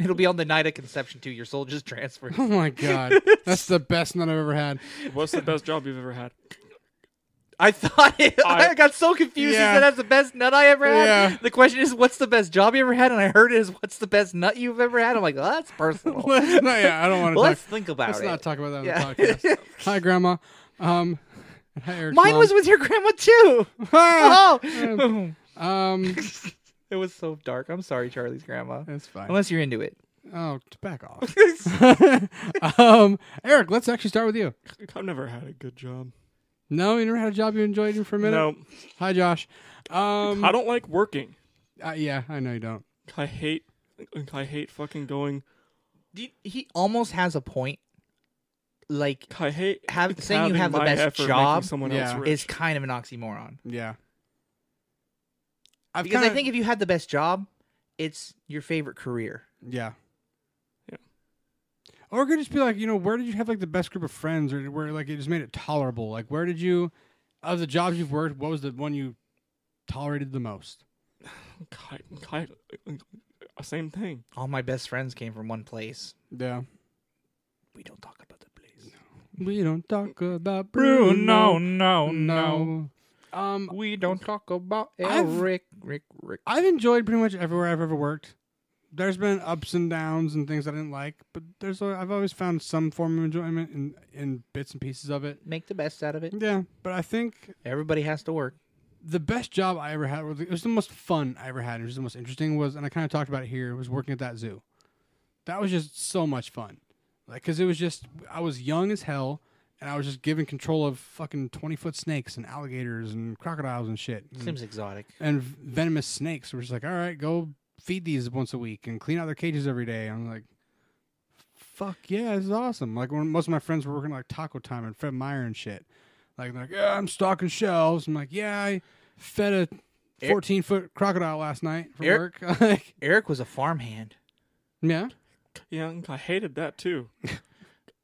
Speaker 4: It'll be on the night of conception too. Your soul just transfers.
Speaker 3: oh my god, that's the best nut I've ever had.
Speaker 5: What's the best job you've ever had?
Speaker 4: I thought it, I,
Speaker 5: I-
Speaker 4: got so confused.
Speaker 3: Yeah.
Speaker 4: He said that's the best nut I ever had.
Speaker 3: Yeah.
Speaker 4: The question is, what's the best job you ever had? And I heard it is, what's the best nut you've ever had? I'm like, well, that's personal.
Speaker 3: no, yeah, I don't want to
Speaker 4: Well,
Speaker 3: talk.
Speaker 4: let's think about
Speaker 3: Let's
Speaker 4: it.
Speaker 3: not talk about that on
Speaker 4: Yeah.
Speaker 3: the podcast. Hi, Grandma. Um, hi, Eric's
Speaker 4: Mine
Speaker 3: mom.
Speaker 4: was with your grandma too.
Speaker 3: Ah!
Speaker 4: Oh,
Speaker 3: um,
Speaker 4: it was so dark. I'm sorry, Charlie's grandma.
Speaker 3: that's fine.
Speaker 4: Unless you're into it.
Speaker 3: Oh, t- back off. um, Eric, let's actually start with you.
Speaker 5: I've never had a good job.
Speaker 3: No, you never had a job you enjoyed in for a minute.
Speaker 5: No,
Speaker 3: Hi, Josh. Um,
Speaker 5: I don't like working.
Speaker 3: uh, yeah, I know you don't.
Speaker 5: I hate. I hate fucking going.
Speaker 4: He almost has a point. Like,
Speaker 5: I hate
Speaker 4: Have- saying you
Speaker 5: having
Speaker 4: have the
Speaker 5: my
Speaker 4: best
Speaker 5: effort making
Speaker 4: job
Speaker 5: Someone
Speaker 3: Yeah.
Speaker 5: else rich.
Speaker 4: is kind of an oxymoron.
Speaker 3: Yeah. I've
Speaker 4: Because I
Speaker 3: kinda-
Speaker 4: think if you had the best job, it's your favorite career.
Speaker 3: Yeah.
Speaker 5: Yeah.
Speaker 3: Or it could just be like, you know, where did you have like the best group of friends or where like it just made it tolerable? Like where did you of the jobs you've worked, what was the one you tolerated the most?
Speaker 5: Ki- ki- uh, same thing.
Speaker 4: All my best friends came from one place.
Speaker 3: Yeah.
Speaker 4: We don't talk about the place.
Speaker 3: We don't talk about
Speaker 6: Bruno,
Speaker 3: Bruno.
Speaker 6: no, no.
Speaker 3: Um
Speaker 4: We don't talk about
Speaker 3: I've-
Speaker 4: Rick, Rick, Rick.
Speaker 3: I've enjoyed pretty much everywhere I've ever worked. There's been ups and downs and things I didn't like, but there's a, I've always found some form of enjoyment in in bits and pieces of it.
Speaker 4: Make the best out of it.
Speaker 3: Yeah, but I think
Speaker 4: Everybody has to work.
Speaker 3: the best job I ever had was it was the most fun I ever had. It was the most interesting was, and I kind of talked about it here. Was working at that zoo. That was just so much fun, like because it was just I was young as hell, and I was just given control of fucking twenty foot snakes and alligators and crocodiles and shit, and,
Speaker 4: Seems exotic.
Speaker 3: and venomous snakes. We're just like, all right, go feed these once a week and clean out their cages every day. I'm like, fuck yeah, this is awesome. Like when most of my friends were working like Taco Time and Fred Meyer and shit. Like they're like, yeah, I'm stocking shelves. I'm like, yeah, I fed a
Speaker 4: Eric-
Speaker 3: 14 foot crocodile last night for
Speaker 4: Eric-
Speaker 3: work. like,
Speaker 4: Eric was a farmhand.
Speaker 3: yeah,
Speaker 5: Yeah, I hated that too.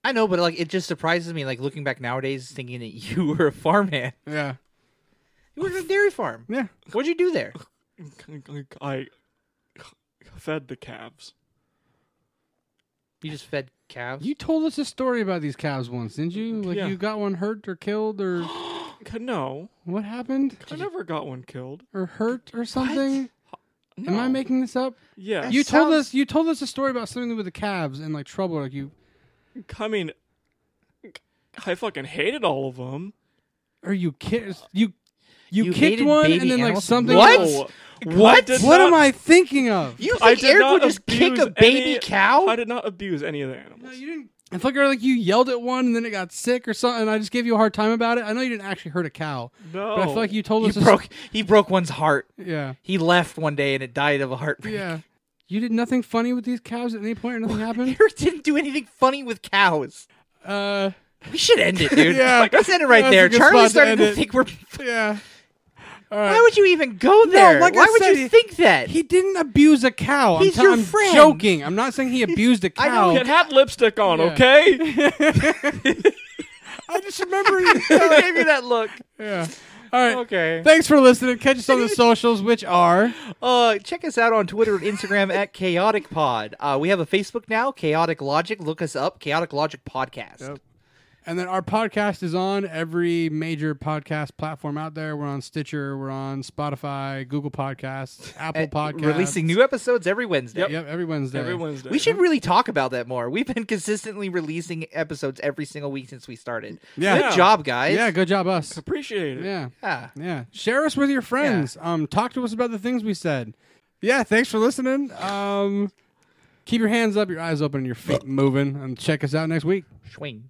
Speaker 4: I know, but like it just surprises me. Like looking back nowadays, thinking that you were a farmhand.
Speaker 3: yeah,
Speaker 4: You worked at a dairy farm.
Speaker 3: yeah.
Speaker 4: What'd you do there?
Speaker 5: I fed the calves.
Speaker 4: You just fed calves.
Speaker 3: You told us a story about these calves once, didn't you? Like
Speaker 5: Yeah.
Speaker 3: you got one hurt or killed or
Speaker 5: No,
Speaker 3: what happened
Speaker 5: I never got one killed.
Speaker 3: or hurt or something?
Speaker 5: No.
Speaker 3: Am I making this up?
Speaker 5: Yeah,
Speaker 3: you told
Speaker 4: sounds-
Speaker 3: us you told us a story about something with the calves and like trouble. Like you
Speaker 5: I mean, I fucking hated all of them.
Speaker 3: or you kicked you you,
Speaker 4: You
Speaker 3: kicked
Speaker 4: hated
Speaker 3: one
Speaker 4: baby
Speaker 3: and then like
Speaker 4: animals?
Speaker 3: something.
Speaker 4: What?
Speaker 5: No.
Speaker 4: What?
Speaker 5: did
Speaker 3: What
Speaker 5: not-
Speaker 3: am I thinking of?
Speaker 4: You
Speaker 5: I
Speaker 4: think
Speaker 5: did
Speaker 4: Eric
Speaker 5: not
Speaker 4: would just kick
Speaker 5: abuse
Speaker 4: a baby
Speaker 5: any-
Speaker 4: cow?
Speaker 5: I did not abuse any of the animals.
Speaker 3: didn't. I feel like, like you yelled at one and then it got sick or something. And I just gave you a hard time about it. I know you didn't actually hurt a cow,
Speaker 5: no,
Speaker 3: but I feel like you told
Speaker 4: He
Speaker 3: us. a s-
Speaker 4: Oh. broke. He broke one's heart.
Speaker 3: Yeah,
Speaker 4: He left one day and it died of a heartbreak.
Speaker 3: yeah. You did nothing funny with these cows at any point, or nothing happened.
Speaker 4: Eric didn't do anything funny with cows.
Speaker 3: Uh,
Speaker 4: We should end it, dude.
Speaker 3: Yeah.
Speaker 4: Like, let's end it right
Speaker 3: That's a
Speaker 4: there.
Speaker 3: good
Speaker 4: Charlie's
Speaker 3: spot to
Speaker 4: starting
Speaker 3: end
Speaker 4: to
Speaker 3: it.
Speaker 4: think we're.
Speaker 3: yeah. All right.
Speaker 4: Why would you even go there?
Speaker 3: like I
Speaker 4: Why would
Speaker 3: said,
Speaker 4: you
Speaker 3: he-
Speaker 4: think that?
Speaker 3: he didn't abuse a cow.
Speaker 4: He's
Speaker 3: I'm, t-
Speaker 4: your
Speaker 3: I'm
Speaker 4: friend.
Speaker 3: joking. I'm not saying he abused a
Speaker 4: I
Speaker 3: cow.
Speaker 5: It had lipstick on,
Speaker 3: Yeah.
Speaker 5: okay?
Speaker 3: I just remember. he-
Speaker 4: Who gave you that look?
Speaker 3: yeah. All right.
Speaker 4: Okay.
Speaker 3: Thanks for listening. Catch us on the socials, which are
Speaker 4: Uh, check us out on Twitter and Instagram at Chaotic Pod. Uh, we have a Facebook now, Chaotic Logic. Look us up, Chaotic Logic Podcast.
Speaker 3: And then our podcast is on every major podcast platform out there. We're on Stitcher, we're on Spotify, Google Podcasts, Apple
Speaker 4: And
Speaker 3: Podcasts.
Speaker 4: Releasing new episodes every Wednesday.
Speaker 3: Yep, every Wednesday.
Speaker 5: Every Wednesday.
Speaker 4: We should really talk about that more. We've been consistently releasing episodes every single week since we started.
Speaker 3: Yeah.
Speaker 4: Good job, guys. Ah,
Speaker 3: Yeah, good job us.
Speaker 5: appreciate it.
Speaker 3: Yeah.
Speaker 4: Yeah.
Speaker 3: Yeah. Share us with your friends. Um talk to us about the things we said. Yeah, thanks for listening. Um keep your hands up, your eyes open, and your feet moving and check us out next week.
Speaker 4: Swing.